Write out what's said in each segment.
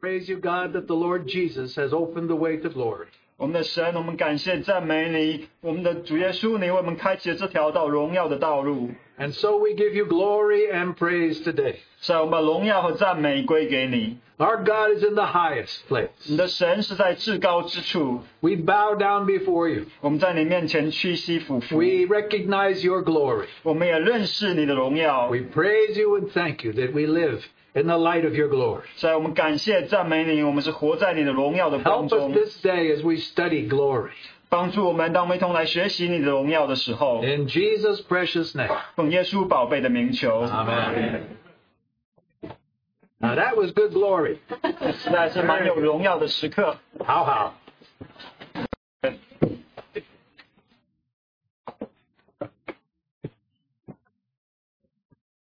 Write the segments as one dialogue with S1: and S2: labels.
S1: Praise you, God, that the Lord Jesus has opened the way to glory.
S2: 我们的神，我们感谢赞美你，我们的主耶稣，你为我们开启了这条到荣耀的道路。
S1: And so we give you glory and praise today.
S2: 是啊，我们把荣耀和赞美归给你。
S1: Our God is in the highest place.
S2: 你的神是在至高之处，
S1: We bow down before you.
S2: 我们在你面前屈膝俯伏，
S1: We recognize your glory.
S2: 我们也认识你的荣耀。
S1: We praise you and thank you that we live in the light of your glory.
S2: 是啊，我们感谢赞美你，我们是活在你的荣耀的光
S1: Help us
S2: 中，
S1: this day as we study glory.
S2: 帮助我们当我们一同来学习你的荣耀的时候，
S1: In Jesus' precious name.
S2: 奉耶稣宝贝的名求，
S1: Uh-huh Amen. Now that was good glory.
S2: 实在是蛮有荣耀的时刻。
S1: How how?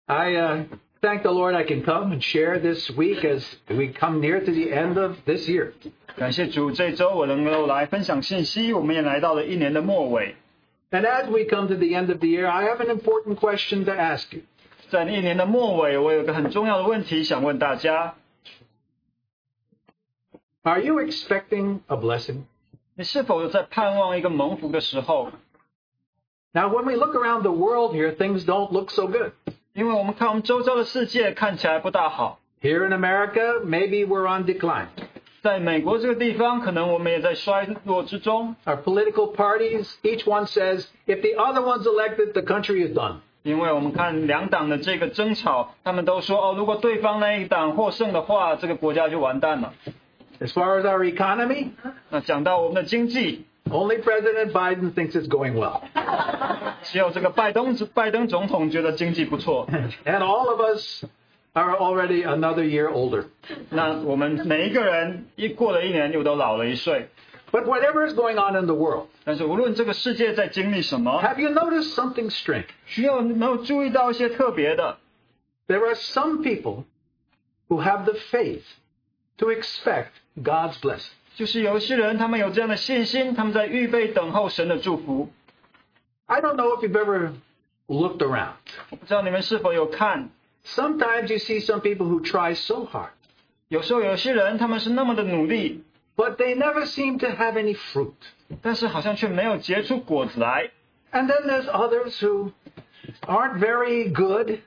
S1: I uh, thank the Lord I can come and share this week as we come near to the end of this year.
S2: 感谢主，这周我能够来分享信息，我们也来到了一年的末尾。
S1: And as we come to the end of the year, I have an important question to ask you.
S2: 在一年的末尾，我有个很重要的问题想问大家：
S1: Are you expecting a blessing?
S2: 你是否有在盼望一个蒙福的时候？
S1: Now, when we look around the world here, things don't look so good.
S2: 因为我们看我们周遭的世界看起来不大好，
S1: Here in America, maybe we're on decline.
S2: 在美国这个地方，可能我们也在衰落之中。
S1: Our political parties, each one says, if the other one's elected, the country is done.
S2: 因为我们看两党的这个争吵，他们都说哦，如果对方那一党获胜的话，这个国家就完蛋了。
S1: As far as our economy,
S2: 那讲到我们的经济，
S1: only President Biden thinks it's going well.
S2: 只有这个拜登拜登总统觉得经济不错。
S1: And all of us are already another year older.
S2: 那我们每一个人一过了一年，又都老了一岁。
S1: But whatever is going on in the world,
S2: 但是无论这个世界在经历什么，
S1: have you noticed something strange?
S2: 需要没有注意到一些特别的？
S1: There are some people who have the faith to expect God's blessing.
S2: 就是有一些人，他们有这样的信心，他们在预备等候神的祝福。
S1: I don't know if you've ever looked around.
S2: 我不知道你们是否有看，
S1: Sometimes you see some people who try so hard,
S2: 有时候有些人他们是那么的努力，
S1: but they never seem to have any fruit.
S2: 但是好像却没有结出果子来。
S1: And then there's others who aren't very good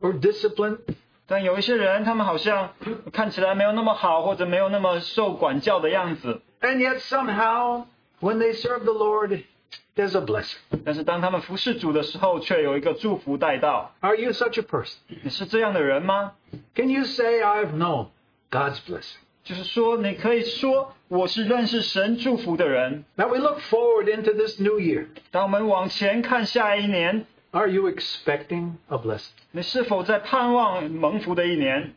S1: or disciplined,
S2: 但有一些人，他们好像看起来没有那么好，或者没有那么受管教的样子。
S1: and yet somehow when they serve the Lord, there's a blessing.
S2: 但是当他们服侍主的时候，却有一个祝福带到。
S1: Are you such a person?
S2: 你是这样的人吗？
S1: Can you say, I've known God's blessing?
S2: 就是说，你可以说我是认识神祝福的人。
S1: Now we look forward into this new year.
S2: 当我们往前看下一年，
S1: Are you expecting a blessing?
S2: 你是否在盼望蒙福的一年？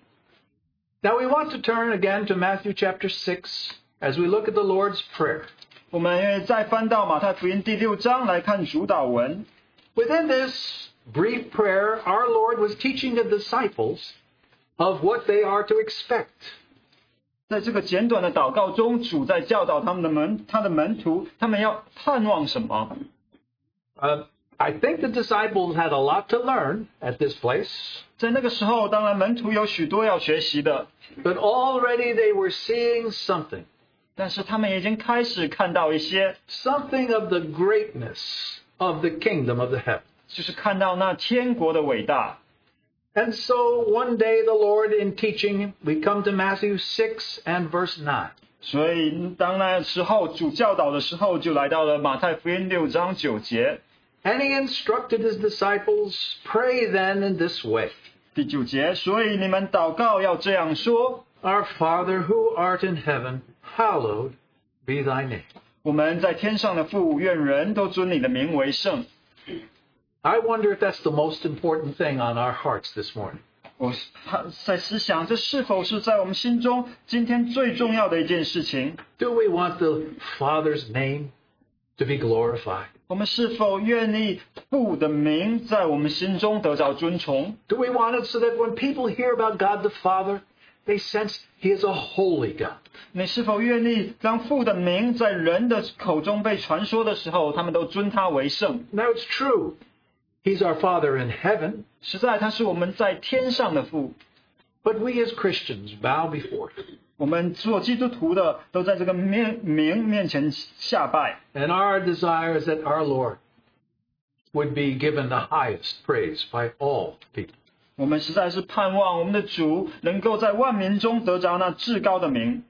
S1: Now we want to turn again to Matthew chapter 6 as we look at the Lord's Prayer.
S2: 我们再翻到马太福音第六章来看主导文。
S1: Within this brief prayer, our Lord was teaching the disciples of what they are to expect.
S2: 在这个简短的祷告中，主在教导他们的门，他的门徒，他们要盼望什么？
S1: Uh, I think the disciples had a lot to learn at this place,
S2: 在那个时候，当然门徒有许多要学习的，
S1: but already they were seeing something,
S2: 但是他们已经开始看到一些，
S1: something of the greatness of the kingdom of the heaven.
S2: 就是看到那天国的伟大。
S1: And so one day the Lord in teaching, we come to Matthew 6 and verse 9.
S2: 所以当那时候主教导的时候，就来到了马太福音六章九节。
S1: And he instructed his disciples, pray then in this way.
S2: 第九节，所以你们祷告要这样说：
S1: Our Father who art in heaven, hallowed be thy name.
S2: 我们在天上的父，愿人都尊你的名为圣。
S1: I wonder if that's the most important thing on our hearts this morning.
S2: 我在思想，这是否是在我们心中今天最重要的一件事情？
S1: Do we want the Father's name to be glorified?
S2: 我们是否愿意父的名在我们心中得到尊崇？
S1: Do we want it so that when people hear about God the Father, they sense he is a holy God?
S2: 你是否愿意当父的名在人的口中被传说的时候，他们都尊他为圣？
S1: Now it's true. He's our Father in heaven,
S2: 实在他是我们在天上的父，
S1: but we as Christians bow before him.
S2: 我们做基督徒的都在这个面名面前下拜。
S1: And our desire is that our Lord would be given the highest praise by all people.
S2: 我们实在是盼望我们的主能够在万民中得着那至高的名。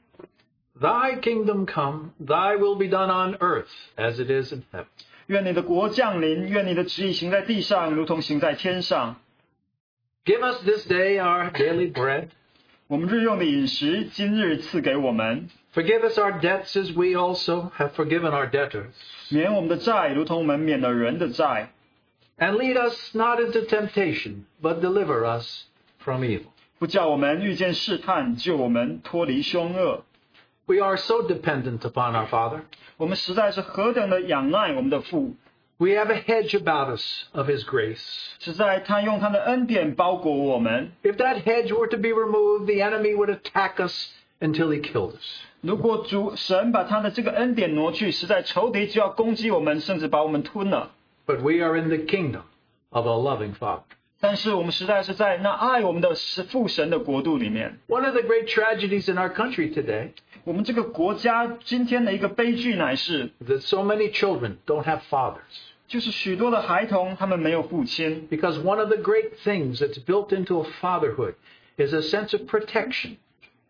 S1: Thy kingdom come, thy will be done on earth as it is in heaven.
S2: 愿你的国降临，愿你的旨意行在地上，如同行在天上。
S1: Give us this day our daily bread.
S2: 我们日用的饮食，今日赐给我们，
S1: Forgive us our debts as we also have forgiven our debtors.
S2: 免我们的债，如同我们免了人的债。
S1: And lead us not into temptation, but deliver us from evil.
S2: 不叫我们遇见试探，救我们脱离凶恶。
S1: We are so dependent upon our Father.
S2: 我们实在是何等的仰赖我们的父，
S1: We have a hedge about us of His grace.
S2: 实在他用他的恩典包裹我们。
S1: If that hedge were to be removed, the enemy would attack us until he killed us.
S2: 如果主神把他的这个恩典挪去，实在仇敌就要攻击我们，甚至把我们吞了。
S1: But we are in the kingdom of a loving Father.
S2: 但是我们实在是在那爱我们的是父神的国度里面。
S1: One of the great tragedies in our country today
S2: 我们这个国家今天的一个悲剧乃是，
S1: is that so many children don't have fathers.
S2: 就是许多的孩童他们没有父亲，
S1: Because one of the great things that's built into a fatherhood is a sense of protection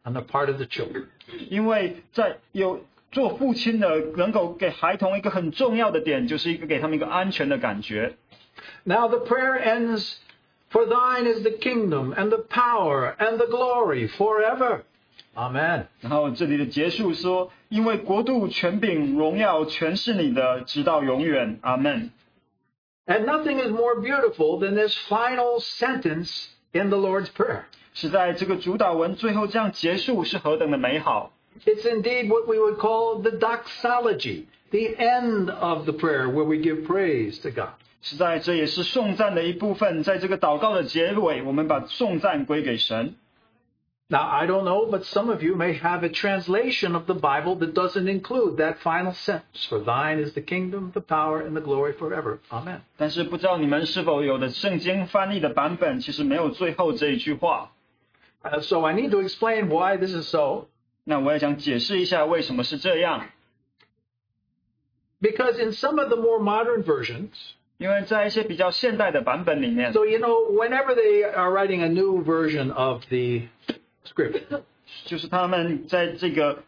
S1: on the part of the children.
S2: 因为在有做父亲的能够给孩童一个很重要的点，就是一个给他们一个安全的感觉。
S1: Now the prayer ends For thine is the kingdom and the power and the glory forever. Amen.
S2: 然后这里的结束说，因为国度、权柄、荣耀全是你的，直到永远，阿门。
S1: And nothing is more beautiful than this final sentence in the Lord's Prayer.
S2: 是在这个主导文最后这样结束，是何等的美好！
S1: It's indeed what we would call the doxology, the end of the prayer where we give praise to God.
S2: 实在这也是颂赞的一部分，在这个祷告的结尾，我们把颂赞归给神。
S1: Now, I don't know, but some of you may have a translation of the Bible that doesn't include that final sentence For thine is the kingdom, the power, and the glory forever. Amen.
S2: 但是不知道你们是否有的圣经翻译的版本，其实没有最后这一句话。
S1: Uh, so I need to explain why this is so.
S2: 那我也想解释一下为什么是这样，
S1: Because in some of the more modern versions,
S2: 因为在一些比较现代的版本里面，
S1: so you know, whenever they are writing a new version of the script,
S2: 就是他们在这个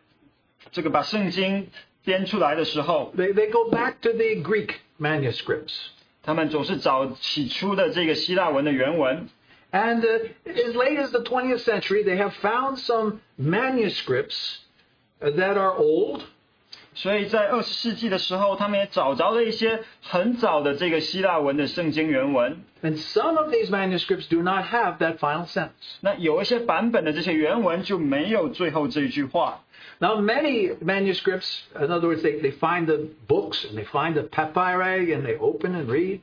S2: 这个把圣经编出来的时候，
S1: they, they go back to the Greek manuscripts.
S2: 他们总是找起初的这个希腊文的原文，
S1: And uh, as late as the 20th century, they have found some manuscripts uh, that are old
S2: 所以在二十世纪的时候，他们也找着了一些很早的这个希腊文的圣经原文。
S1: And some of these manuscripts do not have that final sentence.
S2: 那有一些版本的这些原文就没有最后这一句话。
S1: Now, many manuscripts, in other words, they, they find the books and they find the papyri and they open and read.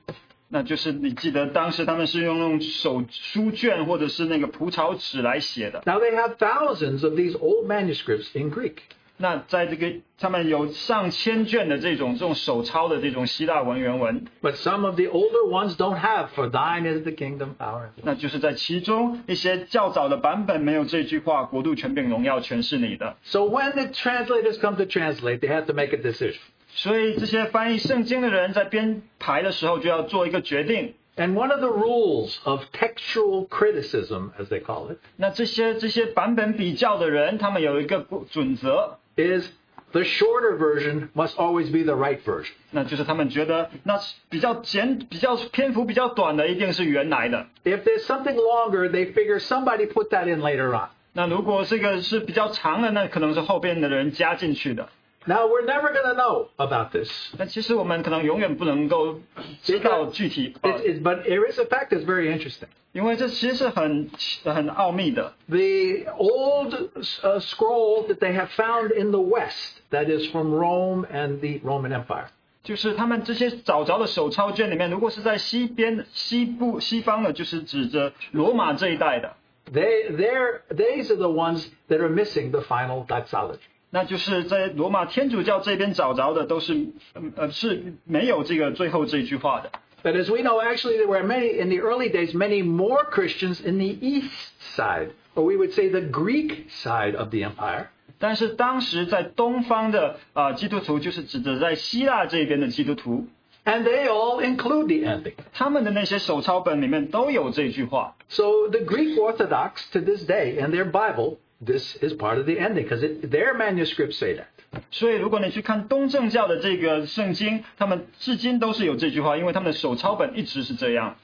S2: 那就是你记得当时他们是用用手书卷或者是那个蒲草纸来写的。
S1: Now, they have thousands of these old manuscripts in Greek.
S2: 那在这个他们有上千卷的这种这种手抄的这种希腊文原文，
S1: But some of the older ones don't have, for thine is the kingdom, power.
S2: 那就是在其中一些较早的版本没有这句话“国度、权柄、荣耀全是你的”。
S1: So when the translators come to translate, they have to make a decision.
S2: 所以这些翻译圣经的人在编排的时候就要做一个决定。
S1: And one of the rules of textual criticism, as they call it,
S2: 那这些这些版本比较的人，他们有一个准则，
S1: is the shorter version must always be the right version.
S2: 那就是他们觉得那是比较简、比较篇幅比较短的一定是原来的。
S1: If there's something longer, they figure somebody put that in later on.
S2: 那如果这个是比较长的，那可能是后边的人加进去的。
S1: Now, we're never going to know about this.
S2: 那其实我们可能永远不能够知道具体，
S1: It, it, but there is a fact that's very interesting.
S2: 因为这其实是很很奥秘的。
S1: The old uh, scroll that they have found in the West, that is from Rome and the Roman Empire,
S2: 就是他们这些找着的手抄卷里面，如果是在西边、西部、西方的，就是指着罗马这一带的，
S1: they, they're, these are the ones that are missing the final doxology.
S2: 那就是在罗马天主教这边找着的，都是嗯呃是没有这个最后这句话的。
S1: But as we know, actually, there were many, in the early days, many more Christians in the East Side or we would say the Greek side of the empire,
S2: 但是当时在东方的啊、呃基督徒，就是指的在希腊这边的基督徒，
S1: and they all include the ending.
S2: 他们的那些手抄本里面都有这句话。
S1: So the Greek Orthodox to this day in their Bible, this is part of the ending because their manuscripts say that.
S2: 所以如果你去看东正教的这个圣经，他们至今都是有这句话，因为他们的手抄本一直是这样。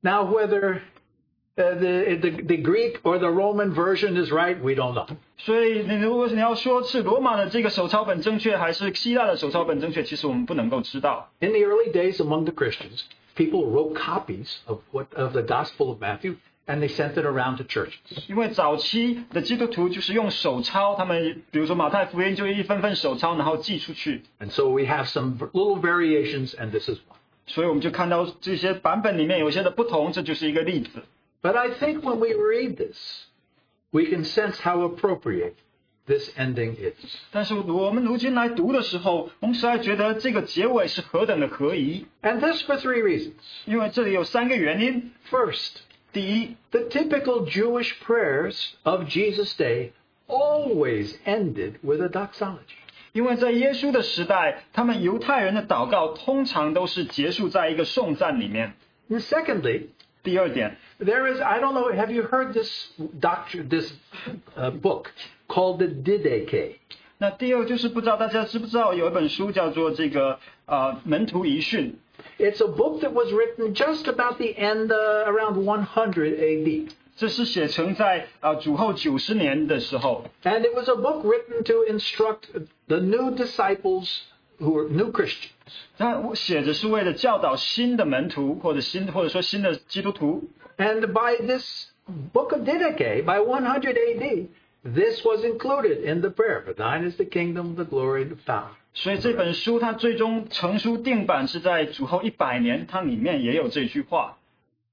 S1: Now, whether uh, the, the the Greek or the Roman version is right, we don't know.
S2: 所以你如果你要说是罗马的这个手抄本正确，还是希腊的手抄本正确，其实我们不能够知道。
S1: In the early days among the Christians, people wrote copies of what of the Gospel of Matthew and they sent it around to churches.
S2: 因为早期的基督徒就是用手抄，他们比如说马太福音就一份份手抄，然后寄出去。
S1: And so we have some v- little variations, and this is one.
S2: 所以我们就看到这些版本里面有些的不同，这就是一个例子。
S1: But I think when we read this, we can sense how appropriate this ending is.
S2: 但是我们如今来读的时候，我们实在觉得这个结尾是何等的合宜，
S1: And this for three reasons.
S2: 因为这里有三个原因。
S1: First,
S2: 第一，
S1: the typical Jewish prayers of Jesus' day always ended with a doxology.
S2: 因为在耶稣的时代，他们犹太人的祷告通常都是结束在一个颂赞里面。
S1: And secondly,
S2: 第二点，
S1: there is, I don't know, have you heard this doctor, this uh, book called the Didache?
S2: 那第二就是不知道大家知不知道有一本书叫做这个呃门徒遗训，
S1: It's a book that was written just about the end, uh, around 100 AD.
S2: 这是写成在呃主后九十年的时候，
S1: And it was a book written to instruct the new disciples who were new Christians.
S2: 他写着是为了教导新的门徒或者新或者说新的基督徒。
S1: And by this book of Didache, by 100 AD, this was included in the prayer. For thine is the kingdom, the glory, the power.
S2: 所以这本书它最终成书定版是在主后一百年，它里面也有这句话。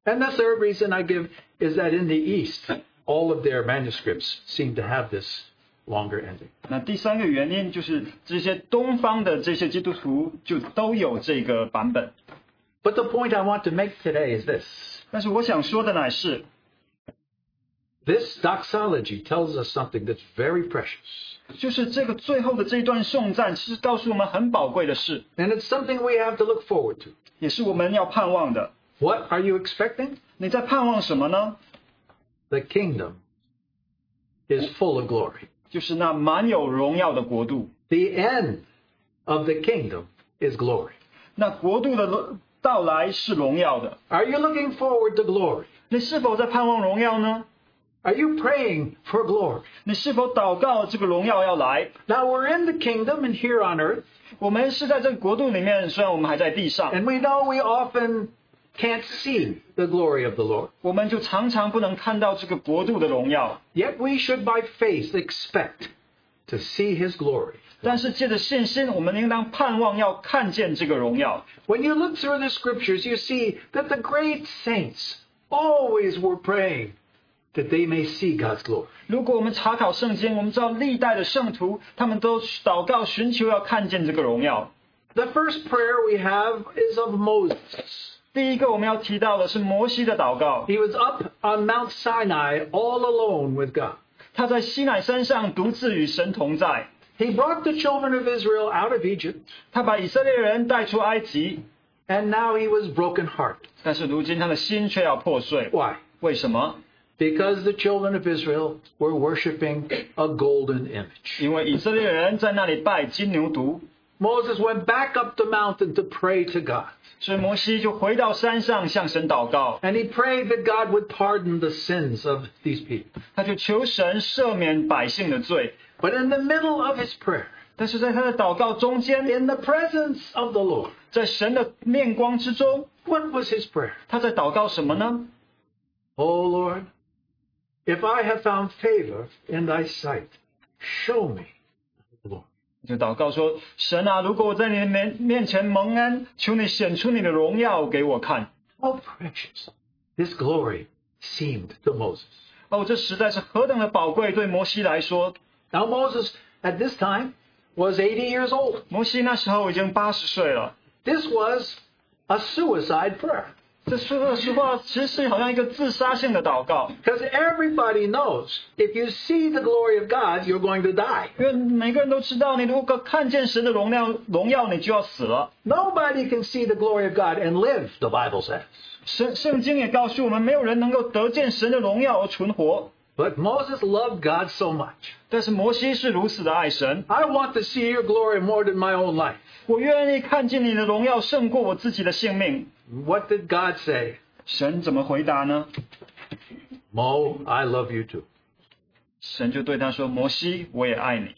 S1: And the third reason I give is that in the East, all of their manuscripts seem to have this longer ending.
S2: 那第三个原因就是这些东方的这些基督徒就都有这个版本。
S1: But the point I want to make today is this
S2: 但是我想说的乃是，
S1: this doxology tells us something that's very precious.
S2: 就是这个最后的这一段颂赞，其实告诉我们很宝贵的事，
S1: And it's something we have to look forward to.
S2: 也是我们要盼望的。
S1: What are you expecting?
S2: 你在盼望什么呢？
S1: The kingdom is full of glory.
S2: 就是那满有荣耀的国度。
S1: The end of the kingdom is glory.
S2: 那国度的到来是荣耀的。
S1: Are you looking forward to glory?
S2: 你是否在盼望荣耀呢？
S1: Are you praying for glory?
S2: 你是否祷告这个荣耀要来？
S1: Now we're in the kingdom and here on earth,
S2: 我们是在这个国度里面，虽然我们还在地上，
S1: and we know we often can't see the glory of the Lord.
S2: 我们就常常不能看到这个国度的荣耀。
S1: Yet we should by faith expect to see his glory.
S2: 但是借着信心，我们应当盼望要看见这个荣耀。
S1: When you look through the scriptures, you see that the great saints always were praying that they may see God's glory.
S2: 如果我们查考圣经，我们知道历代的圣徒，他们都祷告寻求要看见这个荣耀。
S1: The first prayer we have is of Moses.
S2: 第一个我们要提到的是摩西的祷告，
S1: He was up on Mount Sinai all alone with God.
S2: 他在西乃山上独自与神同在，
S1: He brought the children of Israel out of Egypt,
S2: 他把以色列人带出埃及，
S1: and now he was brokenhearted.
S2: 但是如今他的心却要破碎。
S1: Why?
S2: 为什么？
S1: Because the children of Israel were worshiping a golden image.
S2: 因为以色列人在那里拜金牛犊，
S1: Moses went back up the mountain to pray to God,
S2: 所以摩西就回到山上向神祷告，
S1: and he prayed that God would pardon the sins of these people.
S2: 他就求神赦免百姓的罪。
S1: But in the middle of his prayer,
S2: 但是在他的祷告中间，
S1: in the presence of the Lord,
S2: 在神的面光之中，
S1: what was his prayer?
S2: 他在祷告什么呢？
S1: O Lord, if I have found favor in thy sight, show me the Lord.
S2: 就祷告说：“神啊，如果我在你的面面前蒙恩，求你显出你的荣耀给我看。
S1: How precious this glory seemed to Moses. ”
S2: 哦，这实在是何等的宝贵！对摩西来说，
S1: Now, Moses at this time was 80 years old.
S2: 摩西那时候已经八十岁了，
S1: This was a suicide prayer.
S2: 这说这实话，其实是好像一个自杀性的祷告，
S1: Because everybody knows if you see the glory of God, you're going to die.
S2: 因为每个人都知道，你如果看见神的荣耀荣耀，你就要死了。
S1: Nobody can see the glory of God and live, the Bible says.
S2: 圣圣经也告诉我们，没有人能够得见神的荣耀而存活。
S1: But Moses loved God so much.
S2: 但是摩西是如此的爱神，
S1: I want to see your glory more than my own life.
S2: 我愿意看见你的荣耀胜过我自己的性命。
S1: What did God say?
S2: 神怎么回答呢？
S1: Mo, I love you too.
S2: 神就对他说：“摩西，我也爱你，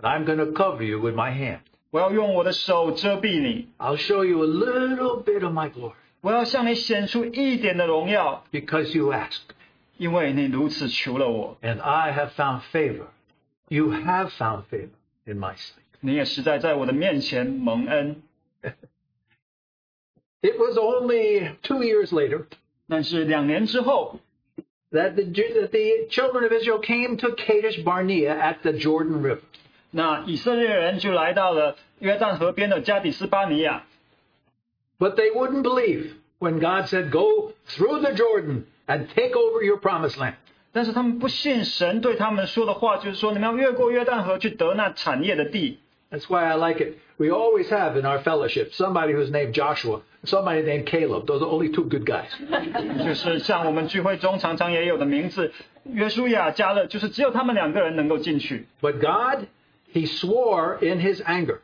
S1: And I'm going to cover you with my hand.
S2: 我要用我的手遮蔽你，
S1: I'll show you a little bit of my glory
S2: 我要向你显出一点的荣耀，
S1: because you asked,
S2: 因为你如此求了我，
S1: and I have found favor. You have found favor in my sight.
S2: 你也实在在我的面前蒙恩。
S1: It was only two years later ”
S2: 但是两年之后，
S1: that the, Ju- that the children of Israel came to Kadesh Barnea at the Jordan River.
S2: 那以色列人就来到了约旦河边的加底斯巴尼亚，
S1: But they wouldn't believe when God said, Go through the Jordan and take over your promised land.
S2: 但是他们不信神对他们说的话，就是说你们要越过约旦河去得那产业的地。
S1: That's why I like it. We always have in our fellowship somebody who's named Joshua, somebody named Caleb. Those are only two good guys.
S2: 就是像我们聚会中常常也有的名字，约书亚、加勒，就是只有他们两个人能够进去。
S1: But God, He swore in His anger,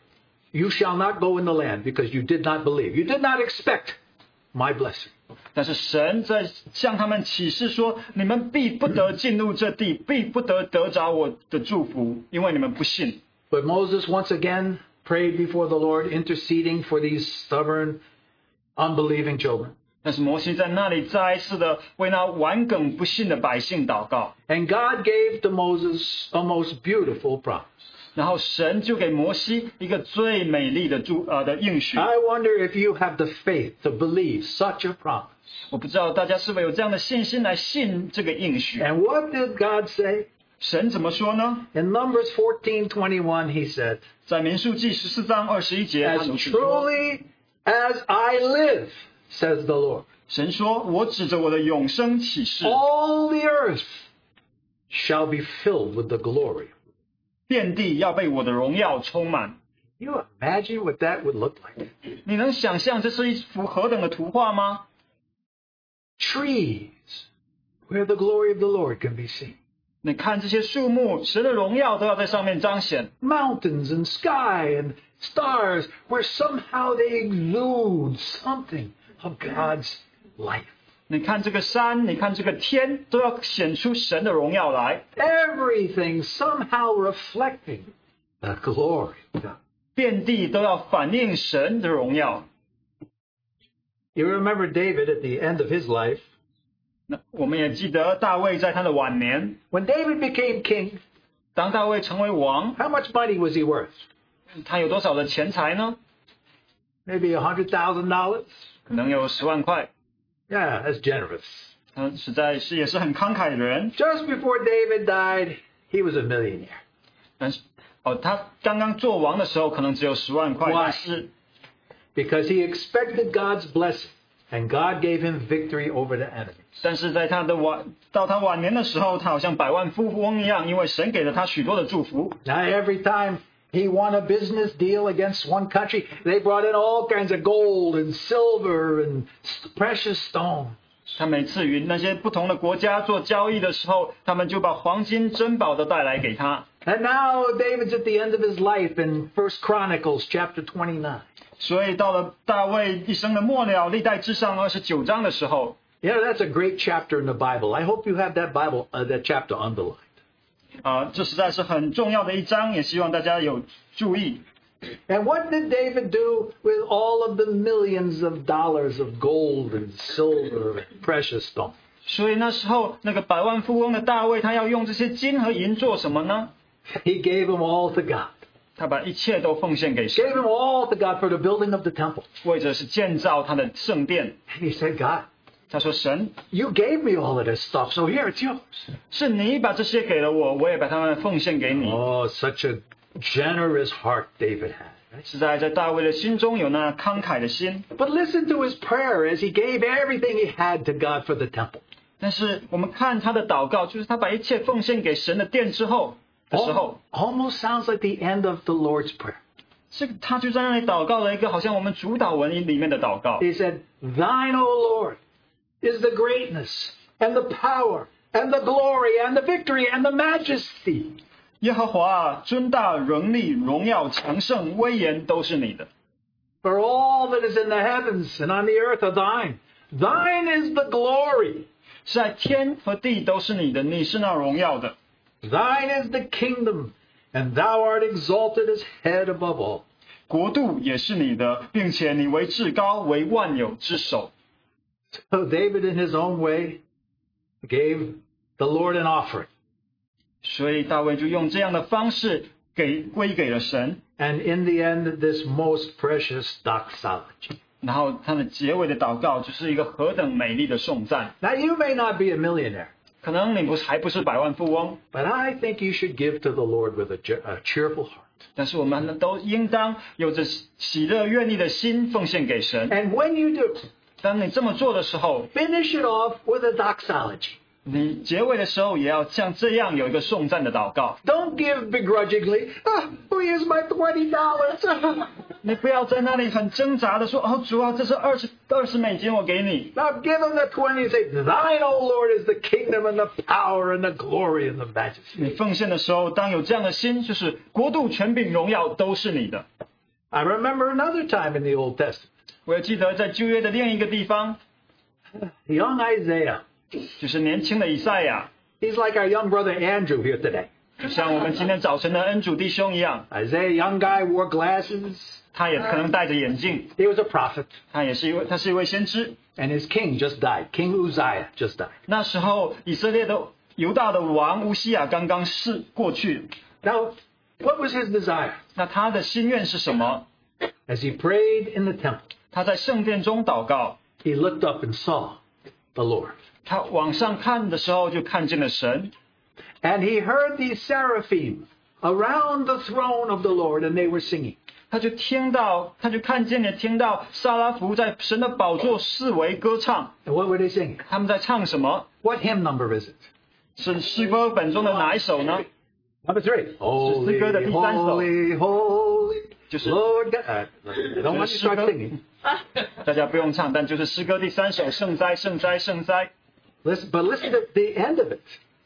S1: You shall not go in the land because you did not believe. You did not expect my blessing.
S2: 但是神在向他们启示说：你们必不得进入这地，必不得得着我的祝福，因为你们不信。
S1: But Moses once again prayed before the Lord, interceding for these stubborn, unbelieving children.
S2: 但是摩西在那里再一次的为那顽梗不信的百姓祷告，
S1: And God gave to Moses a most beautiful promise.
S2: 然后神就给摩西一个最美丽的祝呃的应许。
S1: I wonder if you have the faith to believe such a promise.
S2: 我不知道大家是否有这样的信心来信这个应许？
S1: And what did God say?
S2: 神怎么说呢？
S1: In Numbers 14:21 he said,
S2: 在民数记十四章二十一节，他
S1: "As
S2: 如此说。
S1: truly as I live," says the Lord,
S2: 神说：“我指着我的永生起誓，
S1: "all the earth shall be filled with the glory."
S2: 遍地要被我的荣耀充满。
S1: Can You imagine what that would look like.
S2: 你能想象这是一幅何等的图画吗？
S1: Trees where the glory of the Lord can be seen.
S2: 你看这些树木，神的荣耀都要在上面彰显。
S1: mountains and sky and stars where somehow they exude something of God's life.
S2: 你看这个山，你看这个天，都要显出神的荣耀来。
S1: Everything somehow reflecting the glory of God.
S2: 遍地都要反映神的荣耀。
S1: You remember David at the end of his life.
S2: 那我们也记得大卫在他的晚年，
S1: When David became king,
S2: 当大卫成为王，
S1: how much money was he worth?
S2: 他有多少的钱财呢？
S1: Maybe a hundred thousand dollars.
S2: 可能有十万块。
S1: Yeah, that's generous.
S2: 他实在是也是很慷慨的人。
S1: Just before David died, he was a millionaire.
S2: 但是哦，他刚刚做王的时候可能只有十万块，
S1: Why？
S2: 但是
S1: because he expected God's blessing, and God gave him victory over the enemies.
S2: 但是在他的晚到他晚年的时候，他好像百万富翁一样，因为神给了他许多的祝福。
S1: Now, every time he won a business deal against one country, they brought in all kinds of gold and silver and s- precious stone.
S2: 他每次与那些不同的国家做交易的时候，他们就把黄金珍宝都带来给他。
S1: And now David's at the end of his life in First Chronicles chapter 29.
S2: 所以到了大卫一生的末了，历代之上二十九章的时候，
S1: You know, that's a great chapter in the Bible. I hope you have that Bible, uh, that chapter underlined.
S2: 啊、这实在是很重要的一章，也希望大家有注意。
S1: And what did David do with all of the millions of dollars of gold and silver and precious stone?
S2: 所以那时候那个百万富翁的大卫，他要用这些金和银做什么呢？
S1: He gave them all to God.
S2: 他把一切都奉献给神
S1: Gave them all to God for the building of the temple.
S2: 为着是建造他的圣殿。
S1: And he said, God,
S2: 他说：“神，
S1: you gave me all of this stuff, so here it's yours.
S2: 是你把这些给了我，我也把它们奉献给你。
S1: Oh, such a generous heart David had.
S2: 实在在大卫的心中有那慷慨的心。
S1: But listen to his prayer as he gave everything he had to God for the temple.
S2: 但是我们看他的祷告，就是他把一切奉献给神的殿之后的时候
S1: Al-，Almost sounds like the end of the Lord's Prayer.
S2: 这个他就在那里祷告了一个好像我们主导文里面的祷告。
S1: He said, Thine, O Lord, is the greatness and the power and the glory and the victory and the majesty.
S2: 耶和华啊，尊大、能力、荣耀、强盛、威严都是你的，
S1: For all that is in the heavens and on the earth are thine. Thine is the glory.
S2: 是在天和地都是你的，你是那荣耀的。
S1: Thine is the kingdom, and thou art exalted as head above all.
S2: 国度也是你的，并且你为至高，为万有之首。
S1: So David, in his own way, gave the Lord an offering.
S2: 所以大卫就用这样的方式给归给了神。
S1: And in the end, this most precious doxology.
S2: 然后他的结尾的祷告就是一个何等美丽的颂赞。
S1: Now, you may not be a millionaire,
S2: 可能你不是还不是百万富翁，
S1: but I think you should give to the Lord with a, che- a cheerful heart.
S2: 但是我们都应当有着喜乐愿意的心奉献给神。
S1: And when you do,
S2: 当你这么做的时候，
S1: finish it off with a doxology.
S2: 你结尾的时候也要像这样有一个颂赞的祷告。
S1: Don't give begrudgingly. Ah, here's my twenty dollars. Ah,
S2: 你不要在那里很挣扎的说：“哦，主啊，这是二十二十美金，我给你。
S1: now give him the twenty and say, Thine, O Lord, is the kingdom and the power and the glory and the ” majesty.
S2: 你奉献的时候，当有这样的心，就是国度、权柄、荣耀都是你的。
S1: I remember another time in the Old Testament,
S2: 我也记得在旧约的另一个地方，
S1: young Isaiah.
S2: 就是年轻的以赛亚，
S1: He's like our young brother Andrew here today.
S2: 就像我们今天早晨的恩主弟兄一样，
S1: Isaiah, young guy, wore glasses.
S2: 他也可能戴着眼镜，
S1: He was a prophet,
S2: 他也是一位，他是一位先知。
S1: and his king just died. King Uzziah just died.
S2: 那时候以色列的犹大的王乌西亚刚刚逝过去，
S1: Now, what was his desire?
S2: 那他的心愿是什么？
S1: As he prayed in the temple,
S2: 他在圣殿中祷告，
S1: he looked up and saw the Lord.
S2: 他往上看的时候就看见了神，
S1: And he heard these seraphim around the throne of the Lord, and they were singing.
S2: 他就听到，他就看见了，听到萨拉福在神的宝座四围歌唱，
S1: And what were they singing?
S2: 他们在唱什么？
S1: What hymn number is it?
S2: 是诗歌本中的哪一首呢？
S1: Number three. Holy, holy,
S2: Holy,
S1: holy,
S2: 就是
S1: Lord God. Uh, I don't want to start singing.
S2: 大家不用唱，但就是诗歌第三首《圣哉，圣哉，圣哉》。
S1: Listen, but listen to the end of it.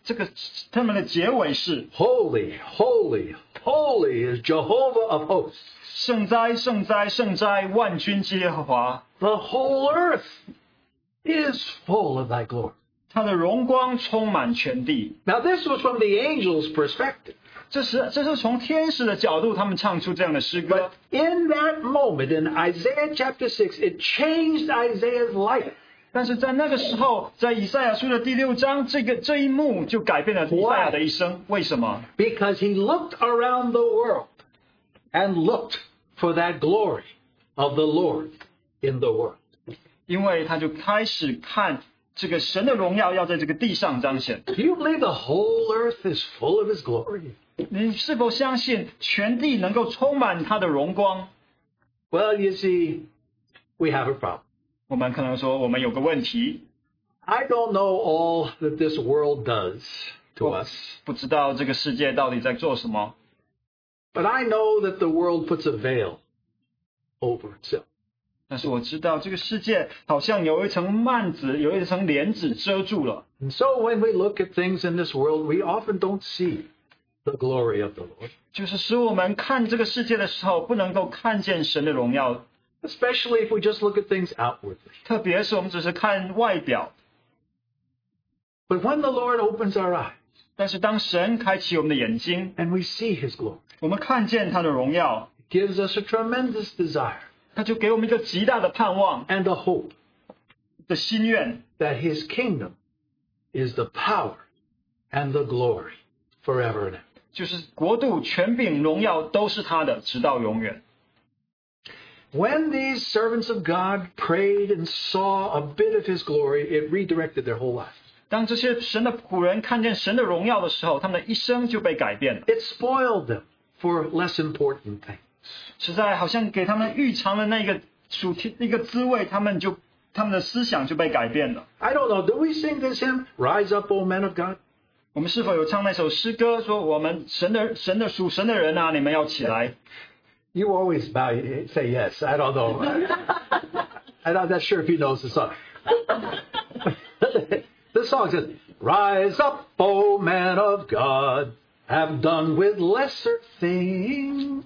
S2: 这个他们的结尾是
S1: Holy, holy, holy is Jehovah of hosts.
S2: “圣哉，圣哉，圣哉，万军之耶和华
S1: The whole earth is full of thy glory. ”，
S2: 他的荣光充满全地。
S1: Now, this was from the angel's perspective.
S2: 这是这是从天使的角度，他们唱出这样的诗歌
S1: But。in that moment, in Isaiah chapter 6, it changed Isaiah's life.
S2: 但是在那个时候，在以赛亚书的第六章，这个这一幕就改变了以赛亚的一生。为什么？
S1: because he looked around the world and looked for that glory of the Lord in the world.
S2: 因为他就开始看这个神的荣耀要在这个地上彰显。
S1: Do you believe the whole earth is full of his glory?
S2: 你是否相信全地能够充满他的荣光？
S1: Well, you see, we have a problem.
S2: 我们可能说，我们有个问题，
S1: I don't know all that this world does to
S2: Well-
S1: us,
S2: 不知道这个世界到底在做什么。
S1: but I know that the world puts a veil over itself.
S2: 但是我知道这个世界好像有一层幔子，有一层帘子遮住了。
S1: And so when we look at things in this world, we often don't see the glory of the Lord,
S2: 就是使我们看这个世界的时候，不能够看见神的荣耀，
S1: especially if we just look at things outwardly.
S2: 特别是我们只是看外表。
S1: But when the Lord opens our eyes,
S2: 但是当神开启我们的眼睛，
S1: and we see his glory.
S2: 我们看见他的荣耀，
S1: It gives us a tremendous desire
S2: 他就给我们一个极大的盼望
S1: and a hope
S2: 的心愿，
S1: that his kingdom is the power and the glory forever and ever.
S2: 就是国度、权柄、荣耀都是他的，直到永远。
S1: When these servants of God prayed and saw a bit of his glory, it redirected their whole life.
S2: 当这些神的仆人看见神的荣耀的时候，他们的一生就被改变了。
S1: It spoiled them for less important things.
S2: 实在好像给他们预尝了那个属天那个滋味，他们就他们的思想就被改变了。
S1: I don't know. Do we sing this hymn? Rise up, O men of God.
S2: 我们是否有唱那首诗歌，说我们神的神的属神的人啊，你们要起来？
S1: You always bow, you say yes. I don't know. I'm not that sure if he knows the song. the song says, Rise up, O man of God, have done with lesser things.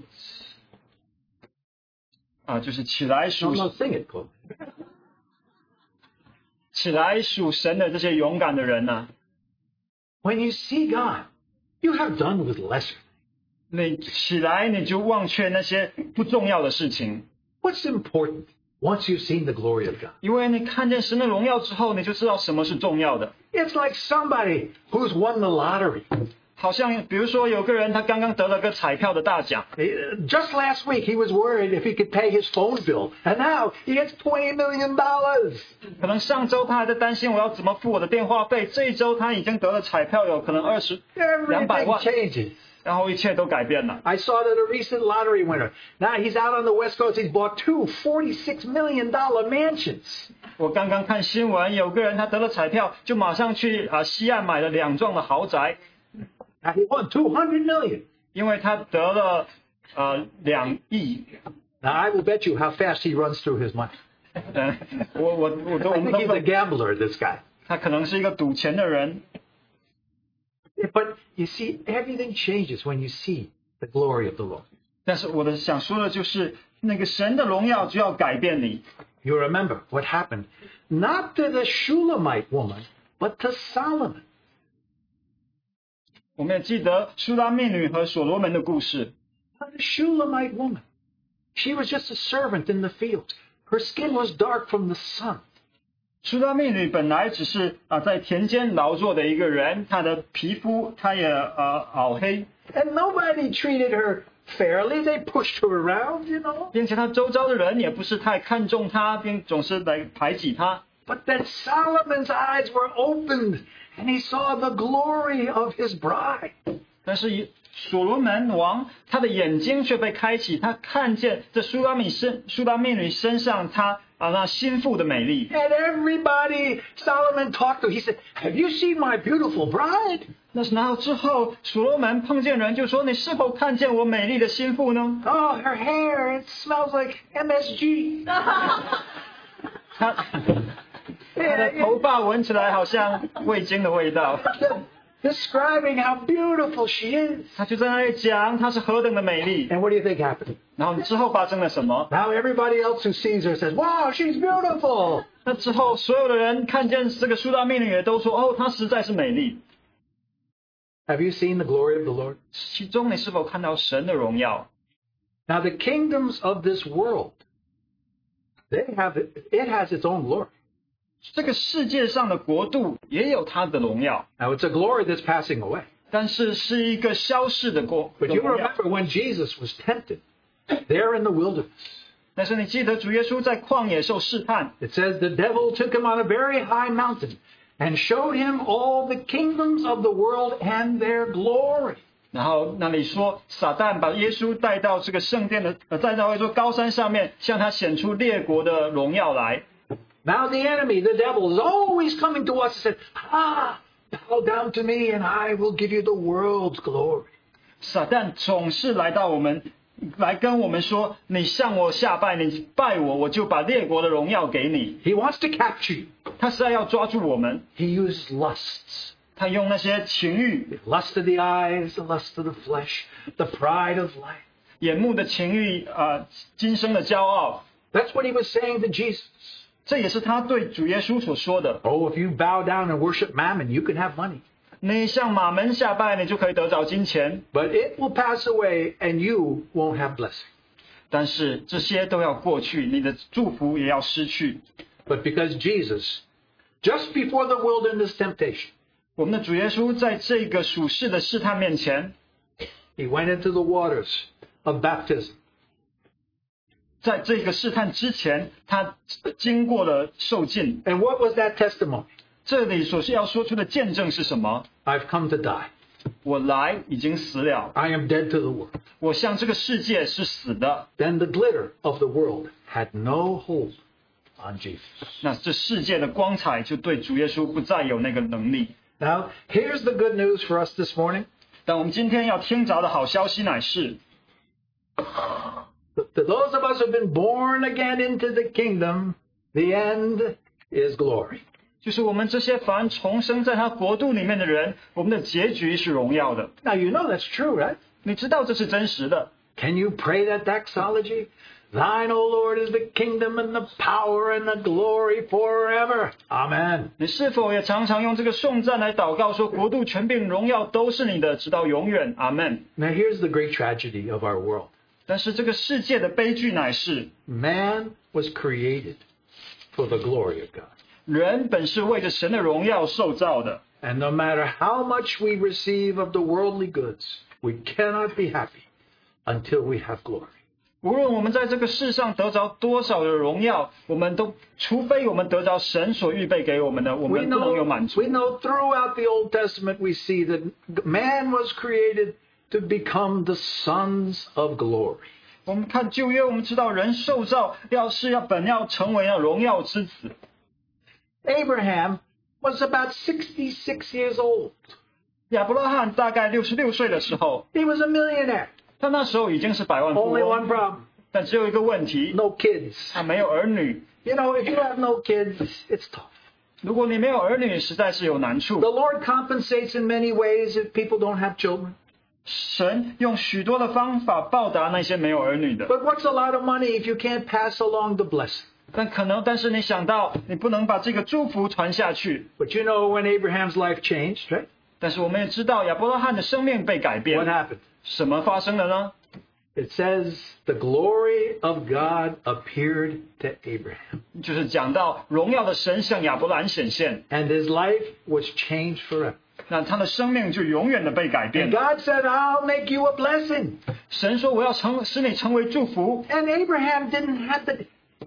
S2: 啊，就是起来
S1: No,
S2: 属
S1: no, sing it, Cole.
S2: 起来属神的这些勇敢的人啊呐、
S1: When you see God, you have done with lesser.
S2: 你起来你就忘却那些不重要的事情，
S1: What's important once you've seen the glory of God?
S2: 因为你看见神的荣耀之后，你就知道什么是重要的。
S1: It's like somebody who's won the lottery.
S2: 好像比如说有个人他刚刚得了个彩票的大奖，
S1: Just last week, he was worried if he could pay his phone bill, and now he gets $20 million.
S2: 可能上周他还在担心我要怎么付我的电话费，这一周他已经得了彩票，有可能二十两百
S1: Everything
S2: 万，
S1: changes.
S2: 然后一切都改变了。
S1: I saw that a recent lottery winner. Now he's out on the West Coast. He's bought two $46 million mansions.
S2: 我刚刚看新闻，有个人他得了彩票，就马上去啊西岸买了两幢的豪宅，
S1: Now he won $200 million.
S2: 因为他得了呃两亿。
S1: Now I will bet you how fast he runs through his money.
S2: 呃， 我我 我都我
S1: I
S2: 们
S1: think
S2: 都
S1: he's a gambler, this guy.
S2: 他可能是一个赌钱的人，
S1: But you see, everything changes when you see the glory of the Lord.
S2: 但是我的想说的就是，那个神的荣耀就要改变你。
S1: You remember what happened, not to the Shulamite woman, but to Solomon.
S2: 我们也记得苏拉密女和所罗门的故事。
S1: Now, The Shulamite woman, she was just a servant in the fields. Her skin was dark from the sun.
S2: 苏拉密女本来只是啊在田间劳作的一个人，她的皮肤她也呃熬黑，
S1: And nobody treated her fairly. They pushed her around, you know.
S2: 并且她周遭的人也不是太看重她，并总是来排挤她。
S1: But then Solomon's eyes were opened, and he saw the glory of his bride.
S2: 但是以所罗门王他的眼睛却被开启，他看见这苏拉密身苏拉密女身上她啊那心腹的美丽。
S1: And everybody Solomon talked to, he said, Have you seen my beautiful bride?
S2: 那是然后之后，所罗门碰见人就说：“你是否看见我美丽的心腹呢
S1: Oh, her hair, it smells like MSG.
S2: 她？”她的头发闻起来好像味精的味道。
S1: describing how beautiful she is.
S2: 他就在那里讲她是何等的美丽。
S1: And what do you think happened?
S2: 然后之后发生了什么？
S1: Now everybody else who sees her says, Wow, she's beautiful.
S2: 那之后所有的人看见这个苏大命女也都说：“哦，她实在是美丽。
S1: Have you seen the glory of the Lord? ”
S2: 其中你是否看到神的荣耀？
S1: Now the kingdoms of this world, they have it has its own glory.
S2: 这个世界上的国度也有它的荣耀，
S1: Now it's a glory that's passing away.
S2: 但是是一个消逝的国
S1: But you
S2: 荣耀
S1: remember when Jesus was tempted there in the wilderness.
S2: 但是你记得主耶稣在旷野受试探，
S1: It says the devil took him on a very high mountain and showed him all the kingdoms of the world and their glory.
S2: 然后那里说，撒旦把耶稣带到这个圣殿的，呃，带到一座高山上面，向他显出列国的荣耀来。
S1: Now the enemy, the devil, is always coming to us and said, Ah, bow down to me and I will give you the world's glory.
S2: 撒旦总是来到我们，来跟我们说：“你向我下拜，你拜我，我就把列国的荣耀给你。
S1: He wants to capture you. ”
S2: 他实在要抓住我们，
S1: He uses lusts.
S2: 他用那些情欲、
S1: Lust of the eyes, the lust of the flesh, the pride of life.
S2: 眼目的情欲啊、呃今生的骄傲，
S1: That's what he was saying to Jesus.
S2: 这也是他对主耶稣所说的
S1: Oh, if you bow down and worship mammon, you can have money.：“
S2: 你向马门下拜，你就可以得着金钱，
S1: But it will pass away and you won't have blessing.
S2: 但是这些都要过去，你的祝福也要失去。”
S1: But because Jesus, just before the wilderness temptation,
S2: 我们的主耶稣在这个属世的试探面前，
S1: he went into the waters of baptism.
S2: 在这个试探之前，他经过了受尽。
S1: And what was that testimony?
S2: 这里所是要说出的见证是什么？
S1: I've come to die.
S2: 我来已经死了，
S1: I am dead to the world.
S2: 我向这个世界是死的。
S1: Then the glitter of the world had no hold on Jesus.
S2: 那这世界的光彩就对主耶稣不再有那个能力。
S1: Now, here's the good news for us this morning.
S2: 但我们今天要听着的好消息乃是，
S1: But to those of us who've been born again into the kingdom, the end is glory.
S2: 就是我们这些凡重生在他国度里面的人，我们的结局是荣耀的。
S1: Now, you know that's true, right?
S2: 你知道这是真实的。
S1: Can you pray that doxology? Thine, O Lord, is the kingdom and the power and the glory forever. Amen.
S2: 你是否也常常用这个颂赞来祷告，说国度、权柄、荣耀都是你的，直到永远，阿门。
S1: Now, here's the great tragedy of our world
S2: 但是这个世界的悲剧乃是，
S1: man was created for the glory of God.
S2: 人本是为着神的荣耀受造的，
S1: And no matter how much we receive of the worldly goods, we cannot be happy until we have glory.
S2: 无论我们在这个世上得着多少的荣耀，我们都除非我们得着神所预备给我们的，我
S1: We
S2: 们不能有
S1: know,
S2: 满足
S1: we。know throughout the Old Testament we see that man was created to become the sons of glory.
S2: 我们看旧约，我们知道人受造要是要本要成为要荣耀之子，
S1: Abraham was about 66 years old.
S2: 亚伯拉罕大概六十六岁的时候，
S1: He was a millionaire.
S2: 他那时候已经是百万富
S1: Only one
S2: 翁，
S1: problem
S2: 但只有一个问题，
S1: no kids.
S2: 他没有儿女。
S1: You know, if you have no kids, it's tough.
S2: 如果你没有儿女，实在是有难
S1: The
S2: 处。
S1: Lord compensates in many ways if people don't have children.
S2: 神用许多的方法报答那些没有儿女的，
S1: But what's a lot of money if you can't pass along the blessing?
S2: 但可能，但是你想到，你不能把这个祝福传下去。
S1: But you know, when Abraham's life changed, right?
S2: 但是我们也知道，亚伯拉罕的生命被改
S1: What
S2: 变，
S1: happened?
S2: 什么发生了呢？
S1: It says the glory of God appeared to Abraham,
S2: 就是讲到荣耀的神向亚伯兰显现，
S1: and his life was changed forever.
S2: 那他的生命就永远的被改变
S1: And
S2: 了。
S1: God said, I'll make you a blessing.
S2: 神说：“我要成使你成为祝福。
S1: And Abraham didn't have the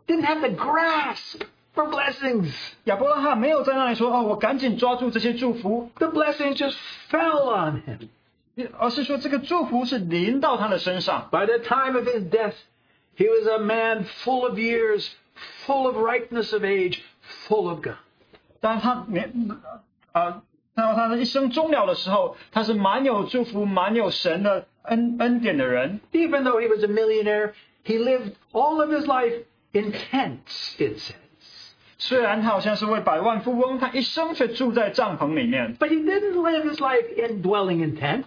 S1: didn't have the grasp for blessings. ”
S2: 亚伯拉罕没有在那里说：“哦，我赶紧抓住这些祝福
S1: The blessing just fell on him. ”，
S2: 而是说这个祝福是临到他的身上。
S1: By the time of his death, he was a man full of years, full of ripeness of age, full of God.
S2: 当他年啊，当他的一生终了的时候，他是满有祝福、满有神的恩恩典的人。
S1: Even though he was a millionaire, he lived all of his life in tents, it says.
S2: 虽然他好像是位百万富翁，他一生却住在帐篷里面，
S1: But he didn't live his life in dwelling in tents.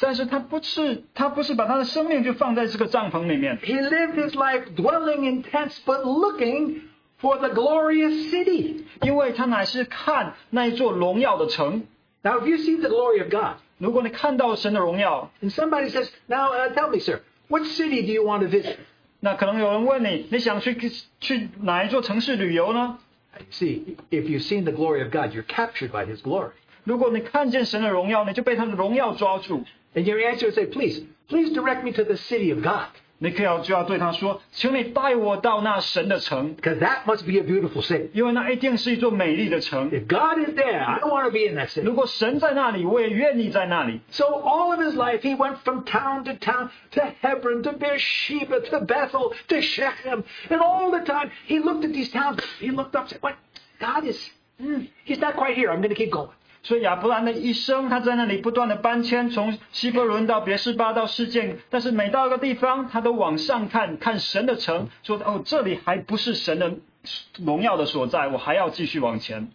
S2: 但是他不是他不是把他的生命就放在这个帐篷里面，
S1: He lived his life dwelling in tents, but looking for the glorious city.
S2: 因为他乃是看那一座荣耀的城。
S1: Now, if you see the glory of God,
S2: 如果你看到神的荣耀，
S1: and somebody says, Now uh, tell me, sir, what city do you want to visit?
S2: 那可能有人问你，你想去去哪一座城市旅游呢？
S1: See, if you've seen the glory of God, you're captured by his glory.
S2: 如果你看见神的荣耀，你就被他的荣耀抓住，
S1: And your answer would say, Please, please direct me to the city of God,
S2: 你可要就要对他说：“请你带我到那神的城，
S1: because that must be a beautiful city.
S2: 因为那一定是一座美丽的城。
S1: If God is there, I want to be in that city.
S2: 如果神在那里，我也愿意在那里。
S1: So all of his life, he went from town to town, to Hebron, to Beersheba, to Bethel, to Shechem. And all the time, he looked at these towns. He looked up and said, What? God is, mm, he's not quite here. I'm going to keep going. ”
S2: 所以亚伯兰的一生，他在那里不断的搬迁，从希伯伦到别是巴到世界，但是每到一个地方，他都往上看，看神的城，说：“哦，这里还不是神的荣耀的所在，我还要继续往前。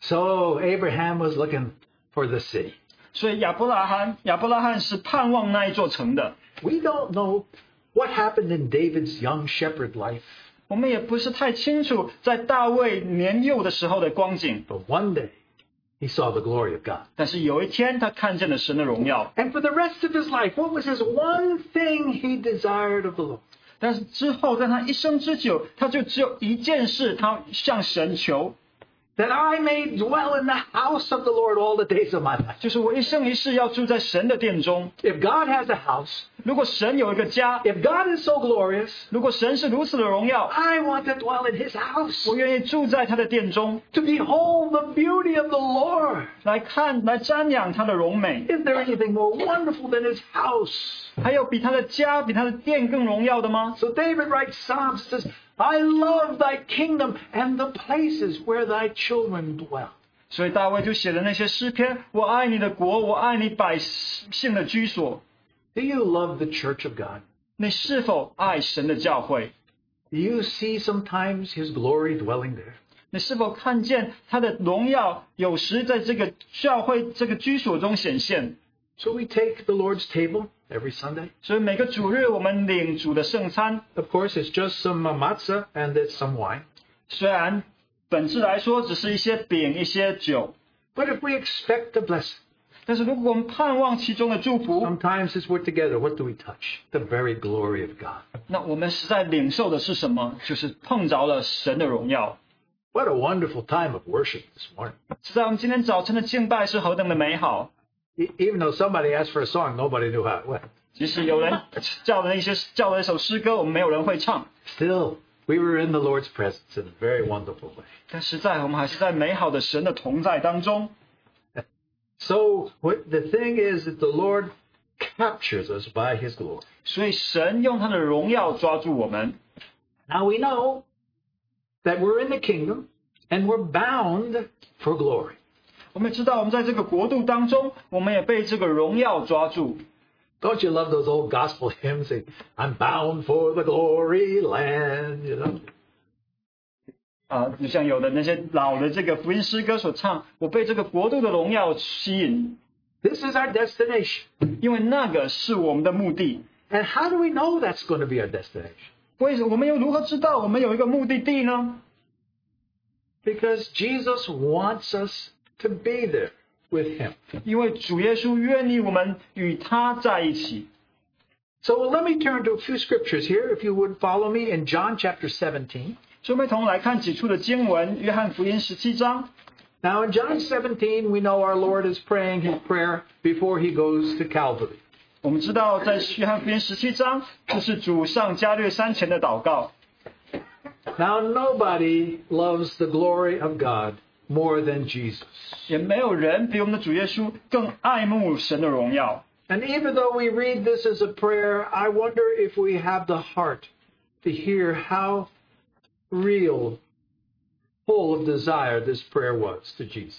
S1: So Abraham was looking for the city. ”
S2: 所以亚伯拉罕，亚伯拉罕是盼望那一座城的。
S1: We don't know what happened in David's young shepherd life,
S2: 我们也不是太清楚，在大卫年幼的时候的光景。
S1: but one day he saw the glory of God.
S2: 但是有一天，他看见了神的荣耀。
S1: And for the rest of his life, what was his one thing he desired of the Lord?
S2: 但是之后，在他一生之久，他就只有一件事，他向神求，
S1: that I may dwell in the house of the Lord all the days of my life.
S2: 就是我一生一世要住在神的殿中。
S1: If God has a house,
S2: 如果神有一个家，
S1: if God is so glorious,
S2: 如果神是如此的荣耀，
S1: I want to dwell in his house
S2: 我愿意住在他的殿中，
S1: to behold the beauty of the Lord.
S2: 来看来瞻仰他的荣美。
S1: Is there anything more wonderful than his house?
S2: 还有比他的家、比他的殿更荣耀的吗？
S1: So David writes Psalms says, I love thy kingdom and the places where thy children dwell.
S2: 所以大卫就写的那些诗篇，我爱你的国，我爱你百姓的居所。
S1: Do you love the church of God?
S2: 你是否爱神的教会？
S1: Do you see sometimes his glory dwelling there?
S2: 你是否看见他的荣耀有时在这个教会这个居所中显现？
S1: So we take the Lord's table every Sunday.
S2: 所以每个主日我们领主的圣餐，
S1: Of course, it's just some uh, matzah and it's some wine.
S2: 虽然本质来说只是一些饼、一些酒，
S1: But if we expect a blessing,
S2: 但是如果我们盼望其中的祝福，
S1: sometimes as we're together, what do we touch? The very glory of God.
S2: 那我们实在领受的是什么？就是碰着了神的荣耀。
S1: What a wonderful time of worship this morning.
S2: 实在我们今天早晨的敬拜是何等的美好！
S1: E- even though somebody asked for a song, nobody knew how it went.
S2: 即使有人叫了一些叫了一首诗歌，我们没有人会唱，
S1: Still, we were in the Lord's presence in a very wonderful way.
S2: 但实在我们还是在美好的神的同在当中。
S1: So what, the thing is that the Lord captures us by His glory.
S2: 所以神用他的荣耀抓住我们。
S1: Now we know that we're in the kingdom and we're bound for glory.
S2: 我们也知道，我们在这个国度当中，我们也被这个荣耀抓住。
S1: Don't you love those old gospel hymns? They, I'm bound for the glory land. You know,
S2: 啊，就像有的那些老的这个福音诗歌所唱，我被这个国度的荣耀吸引，
S1: this is our destination.
S2: 因为那个是我们的目的。
S1: And how do we know that's going to be our destination?
S2: 为什我们又如何知道我们有一个目的地呢？
S1: Because Jesus wants us to be there with Him.
S2: 因为主耶稣愿意我们与他在一起。
S1: So let me turn to a few scriptures here, if you would follow me, in John chapter 17.
S2: 所以，我们一同来看几处的经文，《约翰福音》十七章。
S1: Now, in John 17, we know our Lord is praying his prayer before he goes to Calvary.
S2: 我们知道，在《约翰福音》十七章，这是主上加略山前的祷告。
S1: Now, nobody loves the glory of God more than Jesus.
S2: 也没有人比我们的主耶稣更爱慕神的荣耀。
S1: And even though we read this as a prayer, I wonder if we have the heart to hear how real, full of desire this prayer was to Jesus.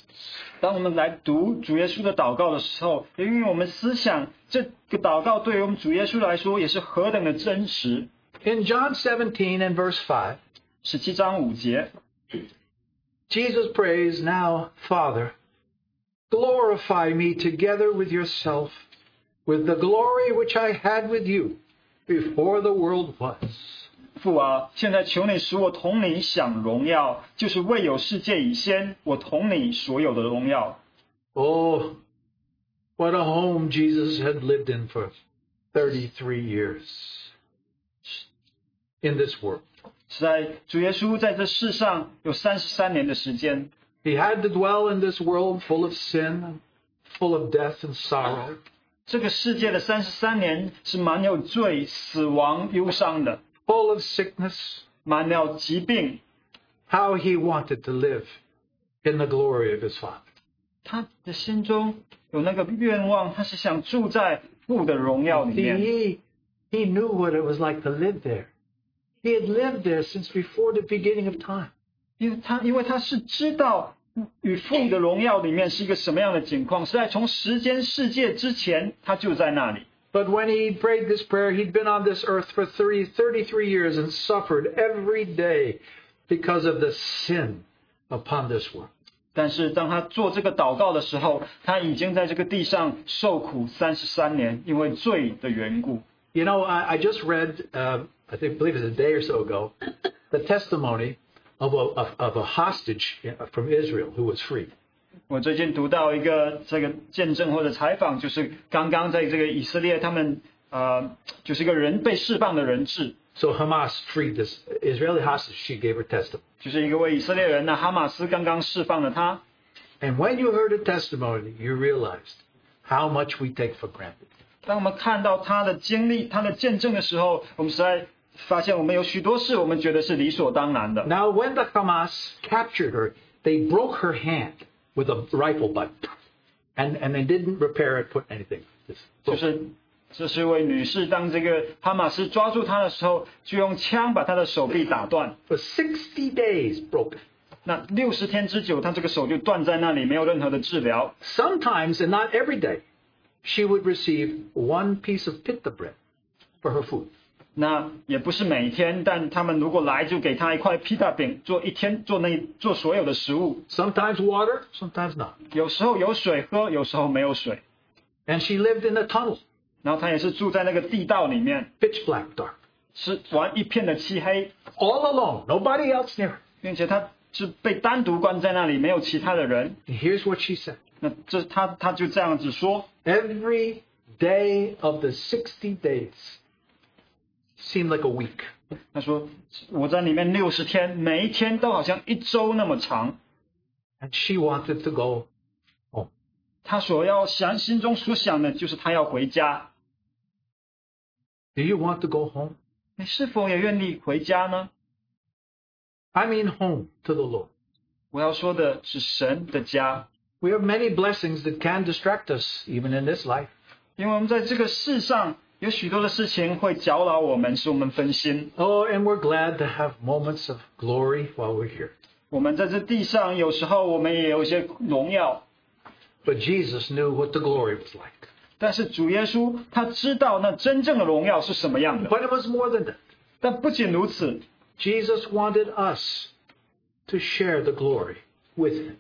S2: 当我们来读主耶稣的祷告的时候，也因为我们思想这个祷告对于我们主耶稣来说也是何等的真实。
S1: In John 17 and verse 5,
S2: 十七章五节，
S1: Jesus prays, Now, Father, glorify me together with yourself, with the glory which I had with you before the world was.
S2: 父啊，现在求你使我同你享荣耀，就是未有世界以先，我同你所有的荣耀。
S1: Oh, what a home Jesus had lived in for 33 years in this world.
S2: 实在，主耶稣在这世上有三十三年的时间，
S1: He had to dwell in this world full of sin, full of death and sorrow.
S2: 这个世界的三十三年是满有罪、死亡、忧伤的，
S1: full of sickness,
S2: 满了疾病。
S1: how he wanted to live in the glory of his Father.
S2: 他的心中有那个愿望，他是想住在父的荣耀里
S1: See,
S2: 面。
S1: he, he knew what it was like to live there. He had lived there since before the beginning of time.
S2: 因为他，因为他是知道与父的荣耀里面是一个什么样的情况，是在从时间世界之前，他就在那里。
S1: But when he prayed this prayer, he'd been on this earth for three, 33 years and suffered every day because of the sin upon this world.
S2: 但是当他做这个祷告的时候，他已经在这个地上受苦三十三年，因为罪的缘故。
S1: You know, I, I just read, uh, I think, believe it was a day or so ago, the testimony of a, of, of a hostage from Israel who was free.
S2: 我最近读到一个这个见证或者采访，就是刚刚在这个以色列他们呃，就是一个人被释放的人质，
S1: So Hamas freed this Israeli hostage. She gave her testimony.
S2: 就是一个位以色列人呢，哈马斯刚刚释放了他。
S1: And when you heard her testimony, you realized how much we take for granted.
S2: 当我们看到他的经历、他的见证的时候，我们实在发现我们有许多事，我们觉得是理所当然的。
S1: Now, when the Hamas captured her, they broke her hand with a rifle butt. And, and they didn't repair it, put anything. Just
S2: 就
S1: broke.
S2: 是这是一位女士，当这个哈马斯抓住她的时候，就用枪把她的手臂打断。
S1: For 60 days, broken.
S2: 那六十天之久，她这个手就断在那里，没有任何的治疗。
S1: Sometimes, and not every day, she would receive one piece of pita bread for her food.
S2: 那也不是每天，但他们如果来就给她一块披萨饼，做一天做那做所有的食物，
S1: Sometimes water, sometimes not.
S2: 有时候有水喝，有时候没有水。
S1: And she lived in a tunnel,
S2: 然后她也是住在那个地道里面，
S1: pitch black dark,
S2: 是玩一片的漆黑，
S1: all alone, nobody else near her.
S2: 并且她是被单独关在那里，没有其他的人。
S1: And here's what she said
S2: 那这她她就这样子说，
S1: Every day of the 60 days seemed like a week.
S2: 他说我在里面六十天，每一天都好像一周那么长。
S1: And she wanted to go.
S2: 他所要想心中所想的就是他要回家。
S1: Do you want to go home?
S2: 你是否也愿意回家呢？
S1: I mean, home to the Lord.
S2: 我要说的是神的家，
S1: We have many blessings that can distract us, even in this life.
S2: 因为我们在这个世上有许多的事情会搅扰我们，使我们分心。
S1: Oh, and we're glad to have moments of glory while we're here.
S2: 我们在这地上有时候我们也有一些荣耀，
S1: But Jesus knew what the glory was like.
S2: 但是主耶稣他知道那真正的荣耀是什么样的。
S1: But it was more than that.
S2: 但不仅如此，
S1: Jesus wanted us to share the glory with him.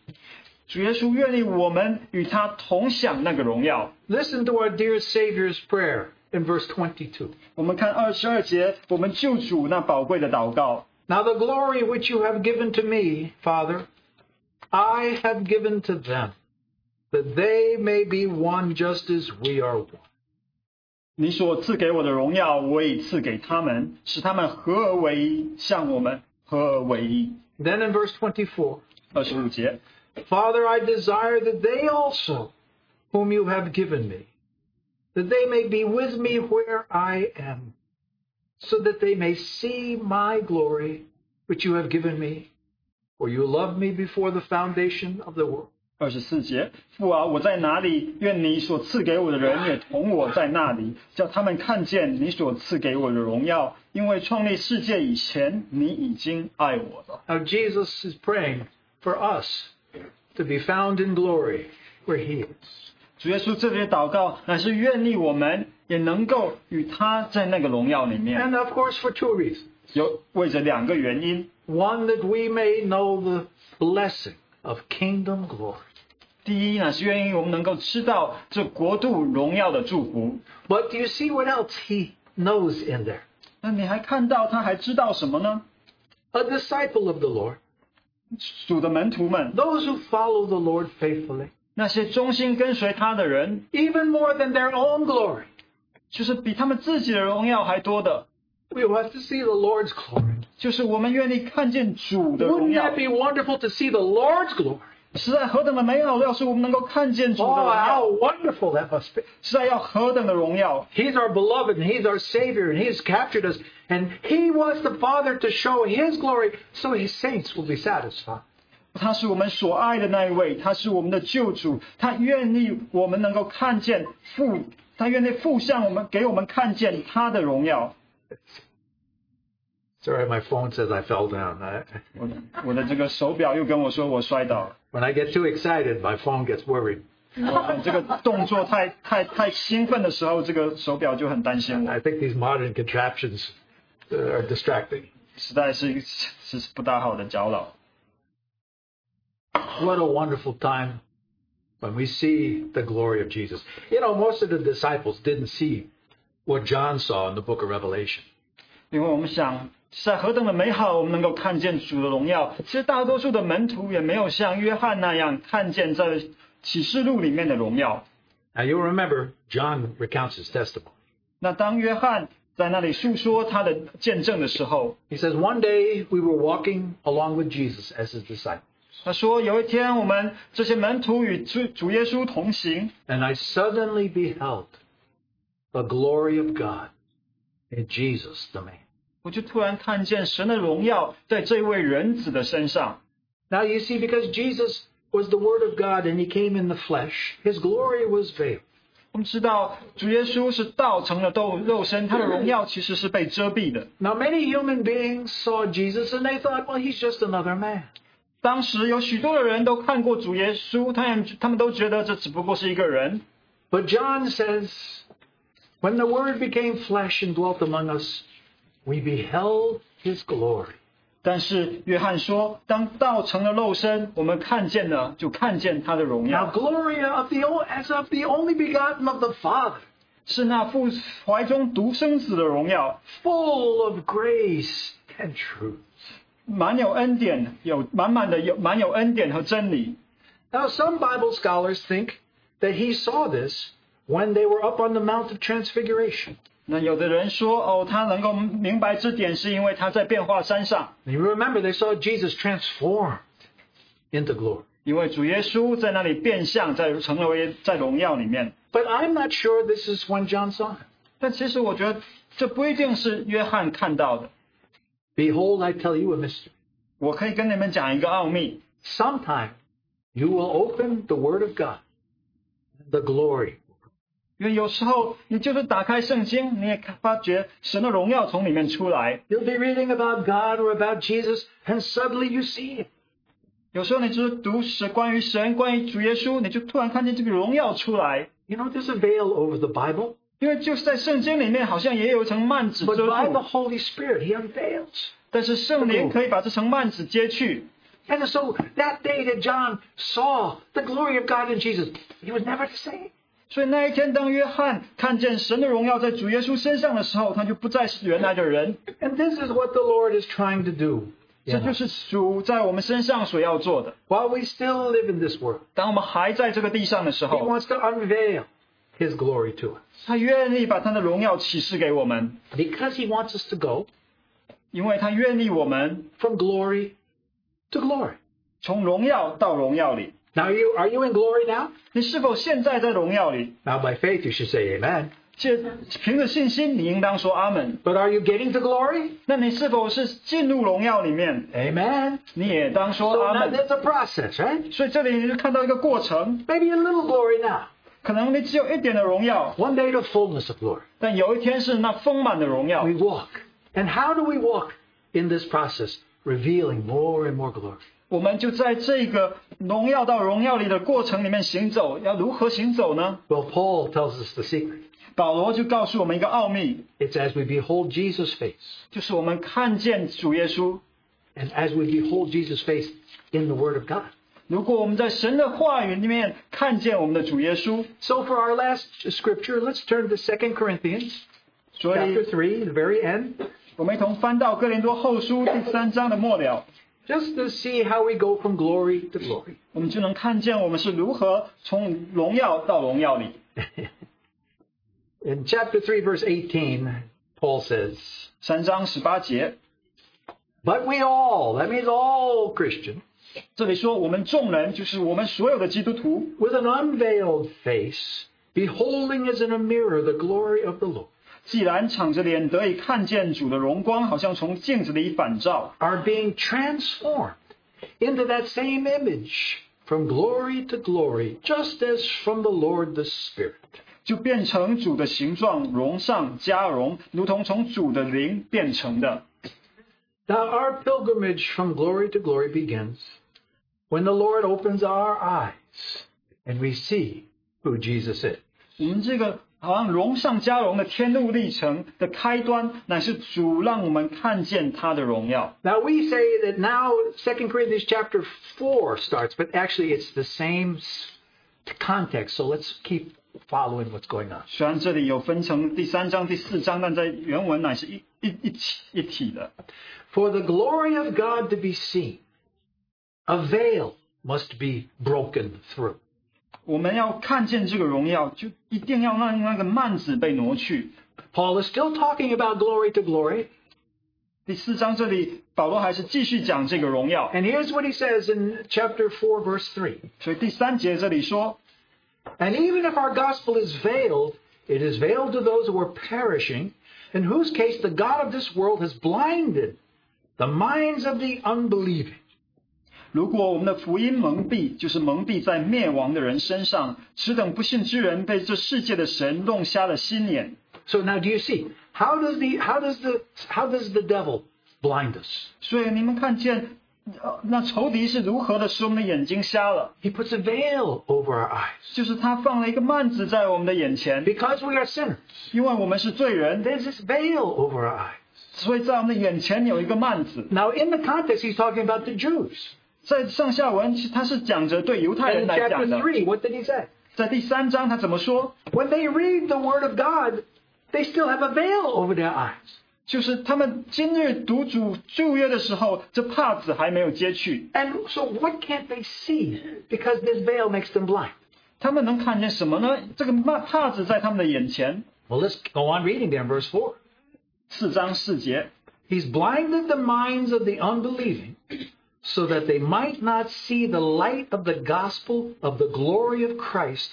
S2: 主耶稣愿意我们与他同享那个荣耀。
S1: Listen to our dear Savior's prayer in verse 22.
S2: 我们看二十二节，我们救主那宝贵的祷告。
S1: Now the glory which you have given to me, Father, I have given to them, that they may be one just as we are one.
S2: 你所赐给我的荣耀，我已赐给他们，使他们合而为一，像我们合而为一。
S1: Then in verse 24,
S2: 二十五节，
S1: Father, I desire that they also, whom you have given me, that they may be with me where I am, so that they may see my glory which you have given me, for you loved me before the foundation of the world.
S2: 二十四节，父啊，我在哪里？愿你所赐给我的人也同我在那里，叫他们看见你所赐给我的荣耀，因为创立世界以前，你已经爱我了。
S1: Now Jesus is praying for us to be found in glory where he is.
S2: 主耶稣这里的祷告，乃是愿意我们也能够与他在那个荣耀里面，
S1: And of course for two reasons.
S2: 有为着两个原因。
S1: One that we may know the blessing of kingdom glory.
S2: 第一呢，是愿意我们能够知道这国度荣耀的祝福。
S1: But do you see what else he knows in there?
S2: 那你还看到他还知道什么呢？
S1: A disciple of the Lord,
S2: 主的门徒们，
S1: those who follow the Lord faithfully,
S2: 那些忠心跟随他的人，
S1: even more than their own glory.
S2: 就是比他们自己的荣耀还多的，
S1: We want to see the Lord's glory.
S2: 就是我们愿意看见主的荣
S1: Wouldn't
S2: 耀
S1: that，be wonderful to see the Lord's glory?
S2: 实在何等的美好！要是我们能够看见主
S1: Oh,
S2: 的荣耀，
S1: how wonderful that must be.
S2: 实在要何等的荣耀！
S1: He's our beloved and He's our Savior and He's captured us and He wants the Father to show His glory so His saints will be satisfied.
S2: 他是我们所爱的那一位，他是我们的救主，他愿意我们能够看见父，他愿意父向我们给我们看见他的荣耀。
S1: Sorry, my phone says I fell down. I,
S2: 我我的这个手表又跟我说我摔倒了，
S1: when I get too excited, my phone gets worried.
S2: 我这个动作太太太兴奋的时候，这个手表就很担心我，
S1: I think these modern contraptions uh, are distracting.
S2: 实在是 是是不大好的搅扰。
S1: What a wonderful time when we see the glory of Jesus. You know, most of the disciples didn't see what John saw in the book of Revelation.
S2: 因为我们想是在何等的美好，我们能够看见主的荣耀。其实大多数的门徒也没有像约翰那样看见在启示录里面的荣耀。
S1: Now, you'll remember John recounts his testimony.
S2: 那当约翰在那里诉说他的见证的时候，
S1: He says, One day we were walking along with Jesus as his disciple,
S2: 他说有一天我们这些门徒与主主耶稣同行，
S1: and I suddenly beheld the glory of God in Jesus the man.
S2: 我就突然看见神的荣耀在这位人子的身上。
S1: Now you see, because Jesus was the Word of God and he came in the flesh, his glory was veiled.
S2: 我们知道主耶稣是道成了肉肉身，他的荣耀其实是被遮蔽的。
S1: Now many human beings saw Jesus and they thought, well, he's just another man.
S2: 当时有许多的人都看过主耶稣，他们他们都觉得这只不过是一个人。
S1: But John says, when the Word became flesh and dwelt among us, we beheld his glory.
S2: 但是约翰说，当道成了肉身，我们看见了，就看见他的荣
S1: Now
S2: 耀，
S1: glory of the o- as of the only begotten of the Father,
S2: 是那父怀中独生子的荣耀，
S1: full of grace and truth.
S2: 满有恩典，有满满的有满有恩典和真理。
S1: Now some Bible scholars think that he saw this when they were up on the Mount of Transfiguration.
S2: 那有的人说，哦，他能够明白这点，是因为他在变化山上，
S1: And you remember they saw Jesus transformed into glory.
S2: 因为主耶稣在那里变相，在成为在荣耀里面。
S1: But I'm not sure this is when John saw him.
S2: 但其实我觉得这不一定是约翰看到的。
S1: Behold, I tell you a mystery.
S2: 我可以跟你们讲一个奥秘，
S1: Sometime you will open the Word of God, the glory.
S2: 因为有时候你就是打开圣经，你也发觉神的荣耀从里面出来。
S1: You'll be reading about God or about Jesus, and suddenly you see him.
S2: 有时候你就是读史关于神、关于主耶稣，你就突然看见这个荣耀出来。
S1: You know, there's a veil over the Bible,
S2: 因为就是在圣经里面，好像也有一层幔子
S1: but
S2: 遮
S1: by the
S2: 住，
S1: Holy Spirit, he unveils.
S2: 但是圣灵可以把这层幔子揭去。
S1: And so that day that John saw the glory of God in Jesus, he was never the same.
S2: 所以那一天，当约翰看见神的荣耀在主耶稣身上的时候，他就不再是原来的人。
S1: And this is what the Lord is trying to do.
S2: 这
S1: in
S2: 就
S1: us.
S2: 是主在我们身上所要做的。
S1: While we still live in this world,
S2: 当我们还在这个地上的时
S1: he
S2: 候，
S1: wants to unveil his glory to us
S2: 他愿意把他的荣耀启示给我们，
S1: because he wants us to go
S2: 因为他愿意我们
S1: from glory to glory.
S2: 从荣耀到荣耀里。
S1: Now, are you, are you in glory now?
S2: 你是否现在在荣耀里？
S1: Now, by faith, you should say amen.
S2: 借凭着信心，你应当说阿门。
S1: But are you getting to glory?
S2: 那你是否是进入荣耀里面？
S1: Amen.
S2: 你也当说
S1: So
S2: 阿
S1: now
S2: 门。
S1: there's a process, right?
S2: 所以这里你就看到一个过程，
S1: Maybe a little glory now.
S2: 可能你只有一点的荣耀，
S1: One day, the fullness of glory.
S2: 但有一天是那丰满的荣耀
S1: We。walk. And how do we walk in this process? Revealing more and more glory.
S2: 我们就在这个荣耀到荣耀里的过程里面行走，要如何行走呢？
S1: Well, Paul tells us the secret.
S2: 保罗就告诉我们一个奥秘，
S1: It's as we behold Jesus' face.
S2: 就是我们看见主耶稣。
S1: And as we behold Jesus' face in the Word of God.
S2: 如果我们在神的话语里面看见我们的主耶稣，
S1: So for our last scripture, let's turn to 2 Corinthians
S2: 所
S1: chapter 3,
S2: 以
S1: the very end,
S2: 我们一同翻到哥林多后书第三章的末了，
S1: just to see how we go from glory to glory.
S2: 我们就能看见我们是如何从荣耀到荣耀里。
S1: In chapter 3, verse 18, Paul says,
S2: 三章十八节，
S1: But we all, that means all Christians,
S2: 这里说我们众人就是我们所有的基督徒，
S1: with an unveiled face, beholding as in a mirror the glory of the Lord,
S2: 既然敞着脸得以看见主的荣光，好像从镜子里反照，
S1: are being transformed into that same image from glory to glory, just as from the Lord the Spirit.
S2: 就变成主的形状，荣上加荣，如同从主的灵变成的。
S1: Now, our pilgrimage from glory to glory begins when the Lord opens our eyes and we see who Jesus is.
S2: 我们这个好像荣上加荣的天路历程的开端，乃是主让我们看见他的荣耀。
S1: Now, we say that now 2 Corinthians chapter 4 starts, but actually it's the same s- context, so let's keep following what's going on.
S2: 虽然这里有分成第三章、第四章，但在原文乃是一一一起一体的。
S1: For the glory of God to be seen, a veil must be broken through.
S2: 我们要看见这个荣耀，就一定要让那个幔子被挪去。
S1: Paul is still talking about glory to glory.
S2: 第四章这里，保罗还是继续讲这个荣耀。
S1: And here's what he says in chapter 4, verse 3.
S2: 所以第三节这里说，
S1: And even if our gospel is veiled, it is veiled to those who are perishing, in whose case the God of this world has blinded the minds of the unbelieving.
S2: 如果我们的福音蒙蔽，就是蒙蔽在灭亡的人身上，此等不信之人被这世界的神弄瞎了心眼。
S1: So now do you see? How does the how does the how does the devil blind us?
S2: 所以你们看见，呃那仇敌是如何的使我们的眼睛瞎了？
S1: He puts a veil over our eyes.
S2: 就是他放了一个幔子在我们的眼前，
S1: Because we are sinners,
S2: 因为我们是罪人，
S1: there's this veil over our eyes.
S2: 所以在我们的眼前有一个幔子。
S1: Now in the context he's talking about the Jews.
S2: 在上下文，其实他是讲着对犹太
S1: And
S2: 人
S1: in
S2: 来讲
S1: chapter
S2: 的。
S1: 3, what did he say?
S2: 在第三章他怎么说？
S1: When they read the word of God, they still have a veil over their eyes.
S2: 就是他们今日读主旧约的时候，这帕子还没有揭去，
S1: And so what can't they see? Because this veil makes them blind.
S2: 他们能看见什么呢？这个帕帕子在他们的眼前。
S1: Well, let's go on reading there in verse 4.
S2: 四章四节，
S1: He's blinded the minds of the unbelieving so that they might not see the light of the gospel of the glory of Christ,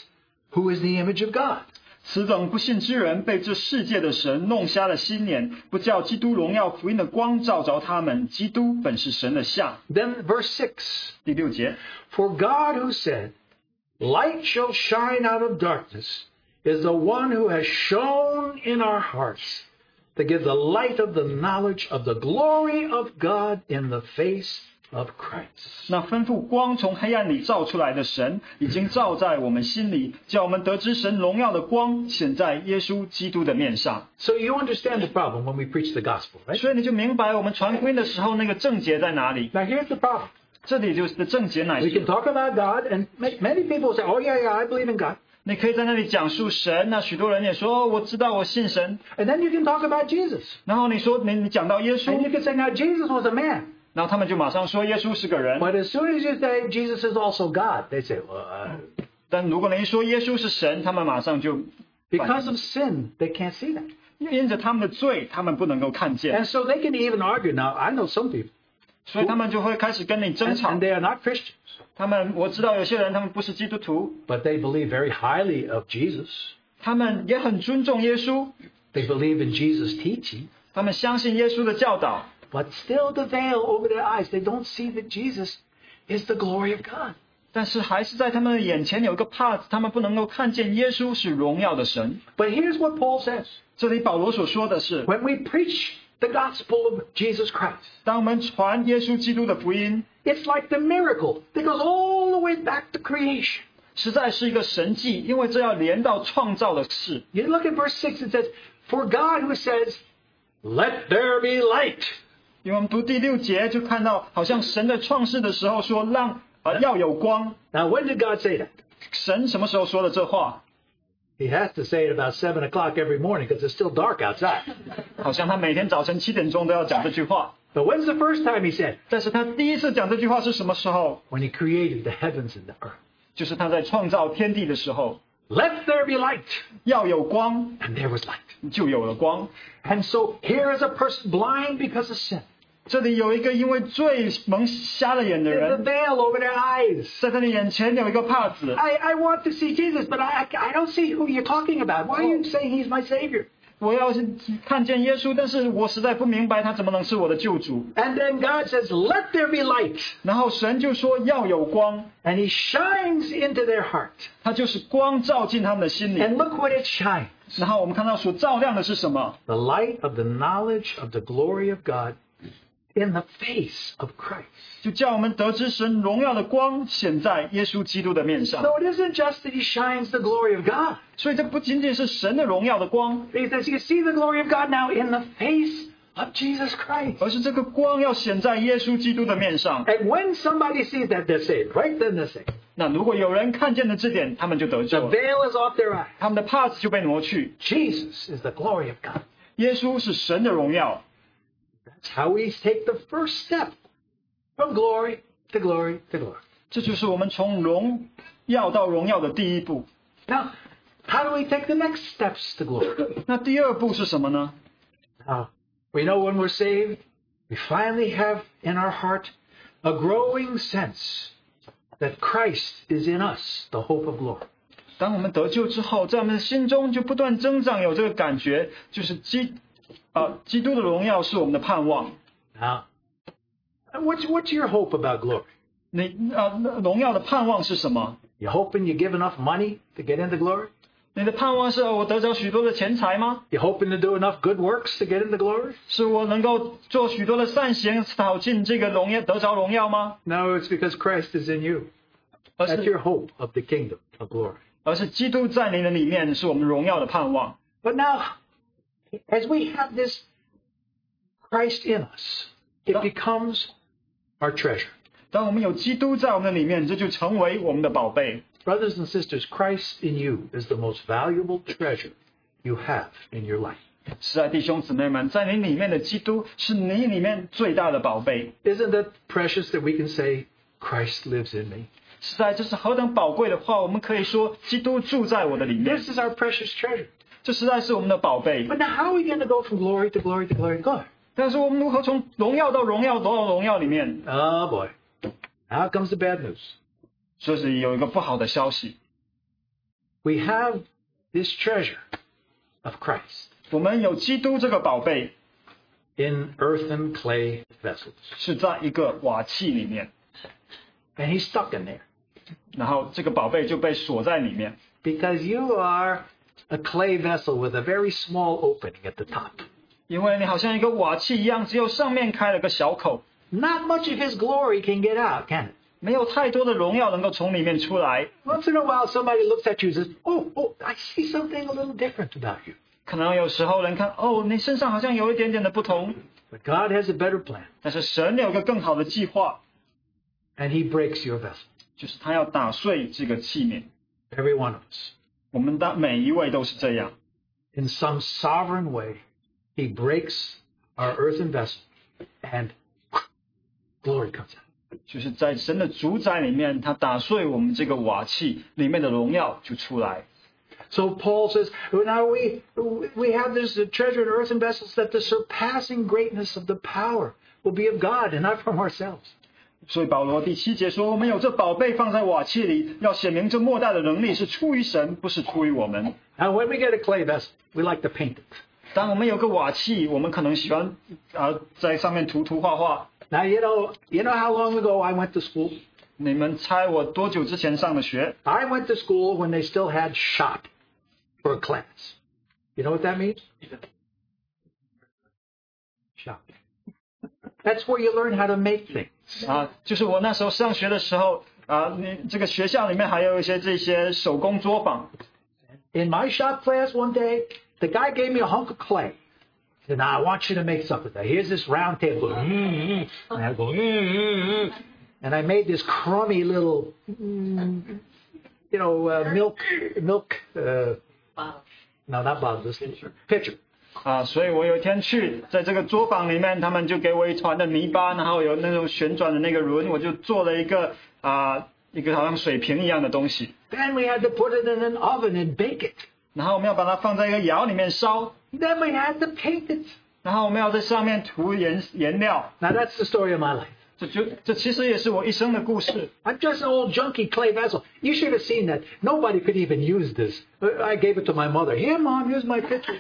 S1: who is the image of God.
S2: 此等不信之人被这世界的神弄瞎了心眼，不叫基督荣耀福音的光照着他们。基督本是神的像。
S1: Then verse 6
S2: 第六节，
S1: For God, who said, Light shall shine out of darkness, is the one who has shone in our hearts to give the light of the knowledge of the glory of God in the face of Christ.
S2: 那吩咐光从黑暗里照出来的神，已经照在我们心里，叫我们得知神荣耀的光显在耶稣基督的面上。
S1: So you understand the problem when we preach the gospel, right?
S2: 所以你就明白我们传福音的时候那个症结在哪里。
S1: Now here's the problem.
S2: 这里就是症结乃
S1: We can
S2: 是，
S1: talk about God, and ma- many people say, "Oh yeah, yeah, I believe in God,"
S2: 你可以在那里讲述神，那许多人也说、哦我知道我信神，
S1: and then you can talk about Jesus,
S2: 然后你说你你讲到耶
S1: and
S2: 稣，
S1: you can say, "Now Jesus was a man,"
S2: 然后他们就马上说耶稣是个人，
S1: but as soon as you say Jesus is also God, they say, "Well," uh,
S2: 但如果你一说耶稣是神，他们马上就
S1: because of sin, they can't see that,
S2: 因着他们的罪，他们不能够看见，
S1: and so they can even argue. Now I know some people,
S2: 所以他们就会开始跟你
S1: and,
S2: 争吵
S1: and。they are not Christians,
S2: 他们我知道有些人他们不是基督徒，
S1: but they believe very highly of Jesus.
S2: 他们也很尊重耶稣，
S1: They believe in Jesus' teaching,
S2: 他们相信耶稣的教导，
S1: but still the veil over their eyes. They don't see that Jesus is the glory of God.
S2: 但是还是在他们的眼前有一个帕子，他们不能够看见耶稣是荣耀的神。
S1: But here's what Paul says.
S2: 这里保罗所说的是，
S1: When we preach the gospel of Jesus Christ,
S2: 当我们传耶稣基督的福音，
S1: it's like the miracle that goes all the way back to creation.
S2: 实在是一个神迹，因为这要连到创造的事。
S1: You look at verse 6, it says, For God who says, Let there be light.
S2: 因为我们读第六节就看到，好像神在创世的时候说让呃要有光，
S1: Now, when did God say that?
S2: 神什么时候说的这话？
S1: He has to say it about 7 o'clock every morning because it's still dark outside.
S2: 好像他每天早晨七点钟都要讲这句话。
S1: But when's the first time he said? it?
S2: 但是他第一次讲这句话是什么时候？
S1: When he created the heavens and the earth.
S2: 就是他在创造天地的时候，
S1: Let there be light.
S2: 要有光，
S1: And there was light.
S2: 就有了光。
S1: And so here is a person blind because of sin.
S2: 这里有一个因为罪蒙瞎了眼的
S1: There's a
S2: 人，
S1: veil over their eyes.
S2: 在他的眼前有一个帕子。
S1: I, I want to see Jesus, but I, I don't see who you're talking about. Why are you saying he's my Savior?
S2: 我要是看见耶稣，但是我实在不明白他怎么能是我的救主。
S1: And then God says, Let there be light.
S2: 然后神就说要有光，
S1: And he shines into their heart.
S2: 他就是光照进他们的心里。
S1: And look what it shines
S2: 然后我们看到所照亮的是什么？
S1: the light of the knowledge of the glory of God in the face of Christ.
S2: 就叫我们得知神荣耀的光显在耶稣基督的面上。
S1: So it isn't just that he shines the glory of God.
S2: 所以这不仅仅是神的荣耀的光，
S1: He says, You see the glory of God now in the face of Jesus Christ.
S2: 而是这个光要显在耶稣基督的面上。
S1: And when somebody sees that, they're saved. Right then they're saved.
S2: 那如果有人看见了这点，他们就得
S1: The
S2: 救了，
S1: veil is off their eyes.
S2: 他们的帕子就被挪去。
S1: Jesus is the glory of God.
S2: 耶稣是神的荣耀，
S1: That's how we take the first step from glory to glory to glory.
S2: 这就是我们从荣耀到荣耀的第一步。
S1: Now, How do we take the next steps to glory?
S2: 那第二步是什么呢？
S1: Now, Ah, we know when we're saved, we finally have in our heart a growing sense that Christ is in us, the hope of glory.
S2: 当我们得救之后，在我们的心中就不断增长，有这个感觉，就是基啊、基督的荣耀是我们的盼望。
S1: Now, what's, what's your hope about glory?
S2: 你啊、那荣耀的盼望是什么？
S1: You hoping you give enough money to get into glory?
S2: 你的盼望是呃我得着许多的钱财吗？
S1: You hoping to do enough good works to get into glory?
S2: 是我能够做许多的善行，讨进这个荣耀，得着荣耀吗？
S1: No, it's because Christ is in you.
S2: 而
S1: That's
S2: 是
S1: your hope of the kingdom of glory.
S2: 而是基督在你的里面，是我们荣耀的盼望。
S1: But now, as we have this Christ in us, it becomes our treasure.
S2: 当我们有基督在我们的里面，这就成为我们的宝贝。
S1: Brothers and sisters, Christ in you is the most valuable treasure you have in your life.
S2: 是啊，弟兄姊妹们，在你里面的基督是你里面最大的宝贝。
S1: Isn't that precious that we can say, Christ lives in me?
S2: 实在这是何等宝贵的话，我们可以说基督住在我的里面，
S1: This is our precious treasure.
S2: 这实在是我们的宝贝。
S1: But now, how are we going to go from glory to glory to glory to glory?
S2: 但是我们如何从荣耀到荣耀，到荣耀里面？
S1: Oh boy. Now comes the bad news.
S2: 这是有一个不好的消息，
S1: We have this treasure of Christ
S2: 我们有基督这个宝贝
S1: in earthen clay vessels.
S2: 是在一个瓦器里面，
S1: And he's stuck in there
S2: 然后这个宝贝就被锁在里面，
S1: because you are a clay vessel with a very small opening at the top.
S2: 因为你好像一个瓦器一样，只有上面开了个小口，
S1: Not much of his glory can get out, can it?
S2: 没有太多的荣耀能够从里面出来。
S1: Once in a while, somebody looks at you and says, Oh, oh, I see something a little different about you.
S2: 可能有时候人看哦，你身上好像有一点点的不同，
S1: But God has a better plan,
S2: 但是神有一个更好的计划，
S1: and he breaks your vessel,
S2: 就是他要打碎这个器皿。
S1: every one of us.
S2: 我们的每一位都是这样，
S1: in some sovereign way, he breaks our earthen vessel and glory comes out.
S2: 就是在神的主宰里面，他打碎我们这个瓦器里面的荣耀就出来。
S1: So Paul says, now we, we have this treasure in earthen vessels that the surpassing greatness of the power will be of God and not from ourselves.
S2: 所以保罗第七节说：“我们有这宝贝放在瓦器里，要显明这莫大的能力是出于神，不是出于我们。
S1: Now when we get a clay vessel, we like to paint it.
S2: 当我们有个瓦器，我们可能喜欢啊、在上面涂涂画画。
S1: Now you know, you know how long ago I went to school?
S2: 你们猜我多久之前上的学？
S1: I went to school when they still had shop for a class. You know what that means? Shop. That's where you learn how to make things.
S2: 啊，就是我那时候上学的时候啊，你这个学校里面还有一些这些手工作坊。
S1: In my shop class one day, the guy gave me a hunk of clay. He said, now I want you to make something. Now, here's this round table. "Mm, And I go, "Mm-mm-mm." and I made this crummy little, mm, you know, uh, milk, milk, uh, no, not bottle, this pitcher.
S2: 啊，所以我有一天去，在这个作坊里面，他们就给我一团的泥巴，然后有那种旋转的那个轮，我就做了一个啊，一个好像水瓶一样的东西，
S1: Then we had to put it in an oven and bake it.
S2: 然后我们要把它放在一个窑里面烧，
S1: Then we had to paint it.
S2: 然后我们要在上面涂颜颜料，
S1: Now that's the story of my life.
S2: 这就这其实也是我一生的故事。
S1: I'm just an old junky clay vessel. You should have seen that. Nobody could even use this. Uh, I gave it to my mother. Here, mom, use my picture.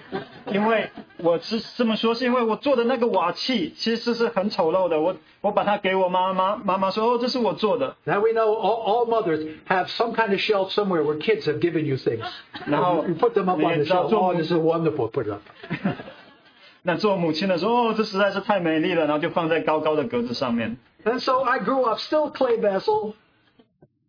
S2: 因为我是这么说，是因为我做的那个瓦器其实是很丑陋的，我我把它给我妈妈，妈妈说哦，这是我做的，
S1: Now we know all, all mothers have some kind of shelf somewhere where kids have given you things.
S2: 然后
S1: You put them up
S2: 你
S1: on
S2: 也
S1: the
S2: 知道
S1: shelf.
S2: 做
S1: Oh,
S2: 母
S1: this is wonderful. Put it up.
S2: 那做母亲的说哦，这实在是太美丽了，然后就放在高高的格子上面。
S1: And so I grew up still clay vessel.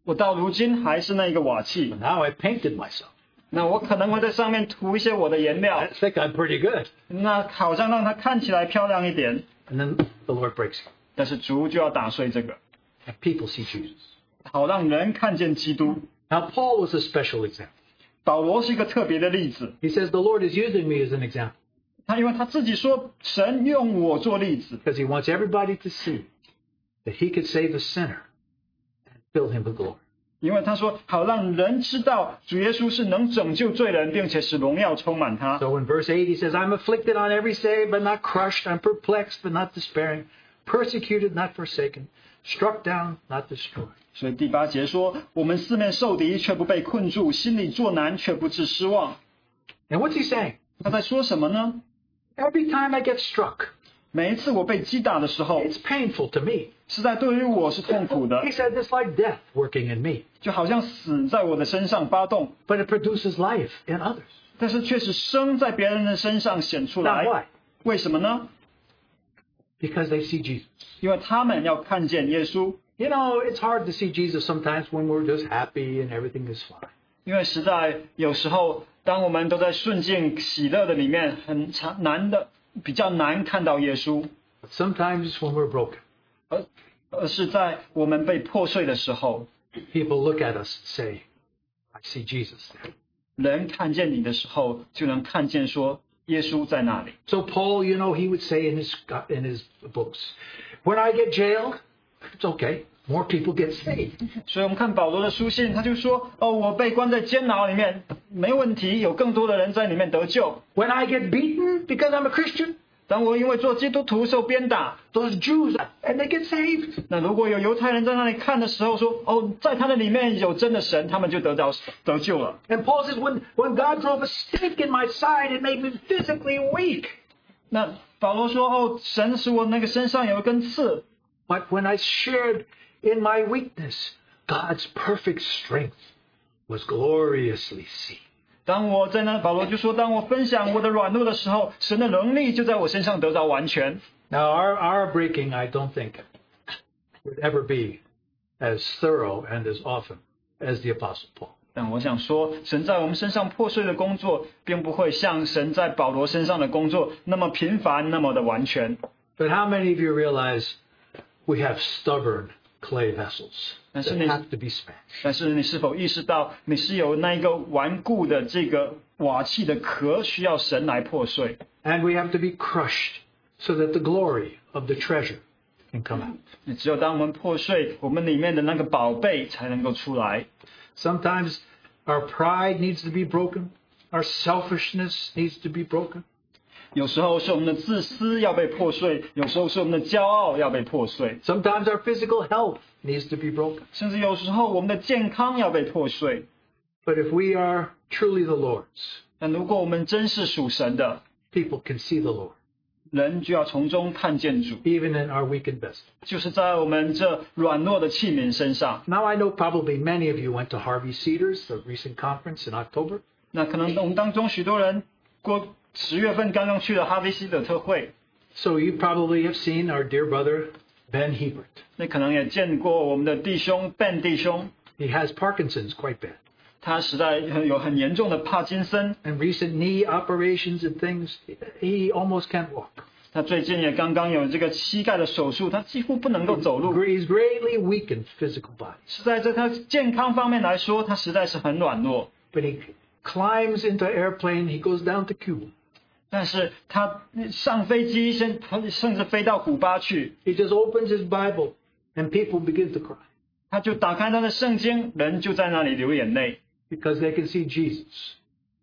S2: 我到如今还是那一个瓦器，
S1: Now I painted myself.
S2: 那我可能会在上面涂一些我的颜
S1: I
S2: 料，
S1: think I'm pretty good.
S2: 那好像让它看起来漂亮一点，
S1: And then the Lord breaks it.
S2: 但是主就要打碎这个，
S1: And people see Jesus.
S2: 好让人看见基督。
S1: Now Paul was a special example.
S2: 保罗是一个特别的例子，
S1: He says the Lord is using me as an example
S2: 他因为他自己说神用我做例子，
S1: because he wants everybody to see that he could save a sinner and fill him with glory.
S2: 因为他说好让人知道主耶稣是能拯救罪人，并且使荣耀充满他。
S1: So in verse 8, he says, I'm afflicted on every side, but not crushed. I'm perplexed, but not despairing. Persecuted, not forsaken. Struck down, not destroyed.
S2: 所以第八节说，我们四面受敌却不被困住，心里作难却不致失望。
S1: And what's he saying?
S2: 他在说什么呢？
S1: Every time I get struck,
S2: 每一次我被击打的时候，
S1: it's painful to me.
S2: 实在对于我是痛苦的
S1: He，said, it's like death working in me,
S2: 就好像死在我的身上发动，
S1: but it produces life in others.
S2: 但是却是生在别人的身上显出
S1: Now, why?
S2: 来。为什么呢？
S1: Because they see Jesus.
S2: 因为他们要看见耶稣。
S1: You know, it's hard to see Jesus sometimes when we're just happy and everything is fine.
S2: 因为实在有时候，当我们都在顺境喜乐的里面，很常难的，比较难看到耶稣，
S1: But sometimes when we're broken,
S2: 而而是在我们被破碎的时候，
S1: people look at us and say, I see Jesus there.
S2: 人看见你的时候，就能看见说耶稣在那里。
S1: So Paul, you know, he would say in his in his books, when I get jailed, it's okay. More people get saved.
S2: 所以我们看保罗的书信，他就说：“哦，我被关在监牢里面，没问题，有更多的人在里面得救。
S1: When I get beaten because I'm a Christian,
S2: 当我因为做基督徒受鞭打，
S1: those Jews and they get saved.
S2: 那如果有犹太人在那里看的时候说：‘哦，在他的里面有真的神’，他们就得到得救了。
S1: And Paul says, when when God drove a stake in my side, it made me physically weak.
S2: 那保罗说：‘哦，神使我那个身上有一根刺。
S1: But when I shared in my weakness, God's perfect strength was gloriously seen. ’
S2: 当我在那，保罗就说：‘当我分享我的软弱的时候，神的能力就在我身上得到完全。’”
S1: Now, our, our breaking, I don't think, would ever be as thorough and as often as the Apostle Paul.
S2: 但我想说，神在我们身上破碎的工作，并不会像神在保罗身上的工作那么频繁、那么的完全。
S1: But how many of you realize we have stubborn clay vessels
S2: That's
S1: that
S2: amazing.
S1: have to be smashed?
S2: 但是你是否意识到，你是由那一个顽固的这个瓦器的壳需要神来破碎，
S1: And we have to be crushed so that the glory of the treasure can come out.
S2: 只有当我们破碎，我们里面的那个宝贝才能够出来。
S1: Sometimes our pride needs to be broken, our selfishness needs to be broken.
S2: 有时候是我们的自私要被破碎，有时候是我们的骄傲要被破碎，
S1: Sometimes our physical health needs to be broken.
S2: 甚至有时候我们的健康要被破碎。
S1: But if we are truly the Lord's,
S2: 但如果我们真是属神的，
S1: people can see the Lord.
S2: 人就要从中看见主。
S1: even in our weakened vessel.
S2: 就是在我们这软弱的器皿身上。
S1: Now, I know probably many of you went to Harvey Cedars, the recent conference in October.
S2: 那可能我们当中许多人过十月份刚刚去了哈维西的特会，
S1: So you probably have seen our dear brother, Ben Hebert.
S2: 那可能也见过我们的弟兄 Ben 弟兄，
S1: He has Parkinson's quite bad
S2: 他实在有很严重的帕金森，
S1: and recent knee operations and things. He almost can't walk.
S2: 他最近也刚刚有这个膝盖的手术，他几乎不能够走路。
S1: He's greatly weakened physical body.
S2: 实在在他健康方面来说，他实在是很软弱。
S1: But he climbs into airplane. He goes down to Cuba.
S2: 但是他上飞机，甚甚至飞到古巴去，
S1: He just opens his Bible and people begin to cry
S2: 他就打开他的圣经，人就在那里流眼泪。
S1: because they can see Jesus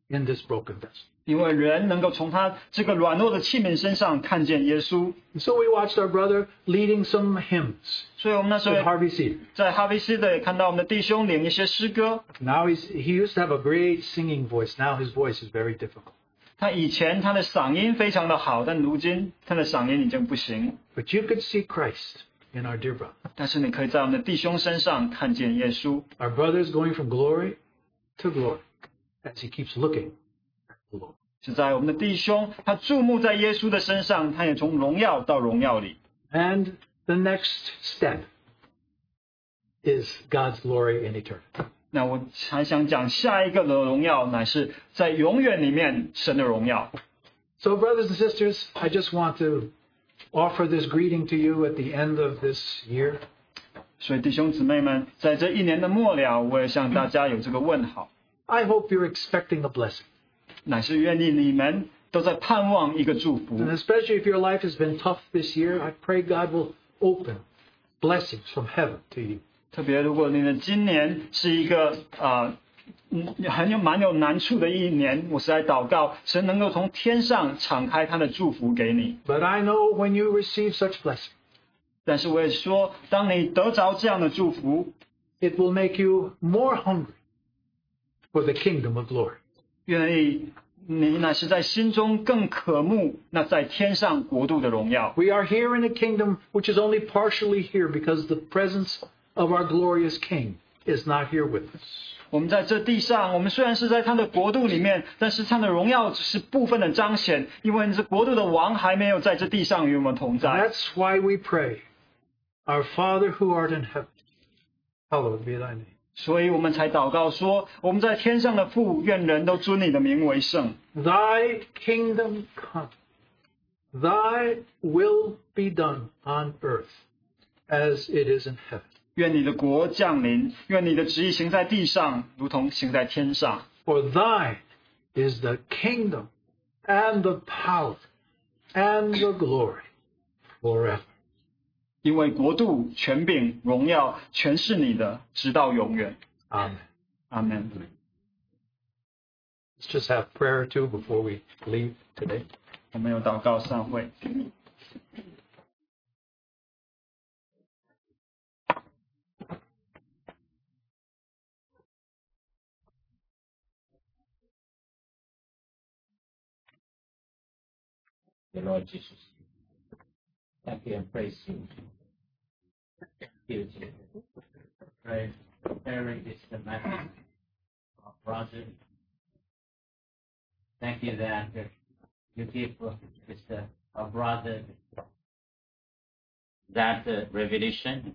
S1: in this broken vessel.
S2: 因为人能够从他这个软弱的器皿身上看见耶稣，
S1: And so we watched our brother leading some hymns
S2: 所以我们那时
S1: at
S2: 候
S1: Harvey Cedars.
S2: 在哈维斯的也看到我们的弟兄领一些诗歌。
S1: Now he's, he used to have a great singing voice. Now his voice is very difficult.
S2: 他以前他的嗓音非常的好，但如今他的嗓音已经不行。
S1: But you could see Christ in our dear brother.
S2: 但是你可以在我们的弟兄身上看见耶稣，
S1: Our brother's going from glory to glory as he keeps looking at the Lord.
S2: 是在我们的弟兄他注目在耶稣的身上，他也从荣耀到荣耀里。
S1: And the next step is God's glory in eternity.
S2: 那我还想讲下一个的荣耀，乃是在永远里面神的荣耀。
S1: So, brothers and sisters, I just want to offer this greeting to you at the end of this year.
S2: 所以弟兄姊妹们，在这一年的末了，我也向大家有这个问好。
S1: I hope you're expecting a blessing.
S2: 乃是愿意你们都在盼望一个祝
S1: And
S2: 福。
S1: especially if your life has been tough this year, I pray God will open blessings from heaven to you.
S2: 特别如果你们今年是一个啊。嗯，很有蛮有难处的一年，我是在祷告，神能够从天上敞开他的祝福给你。
S1: But I know when you receive such blessing,
S2: 但是我也说，当你得着这样的祝福，
S1: it will make you more hungry for the kingdom of glory.
S2: 愿意你乃是在心中更渴慕那在天上国度的荣耀。
S1: We are here in a kingdom which is only partially here because the presence of our glorious King is not here with us.
S2: 我们在这地上，我们虽然是在他的国度里面，但是他的荣耀只是部分的彰显，因为这国度的王还没有在这地上与我们同在。
S1: That's why we pray, Our Father who art in heaven, hallowed be thy name.
S2: 所以我们才祷告说：我们在天上的父，愿人都尊你的名为圣。
S1: Thy kingdom come. Thy will be done on earth as it is in heaven.
S2: 愿你的国降临，愿你的旨意行在地上，如同行在天上。
S1: For thine is the kingdom and the power and the glory forever.
S2: 因为国度、权柄、荣耀全是你的，直到永远。
S1: Amen.
S2: 阿门。
S1: Let's just have prayer or two before we leave today.
S2: 我们有祷告散会。
S3: the Lord Jesus. Thank you and praise you. Thank you, Jesus. Praise. Preparing this commandment of brother. Thank you that you give uh, Mr. our brother that uh, revelation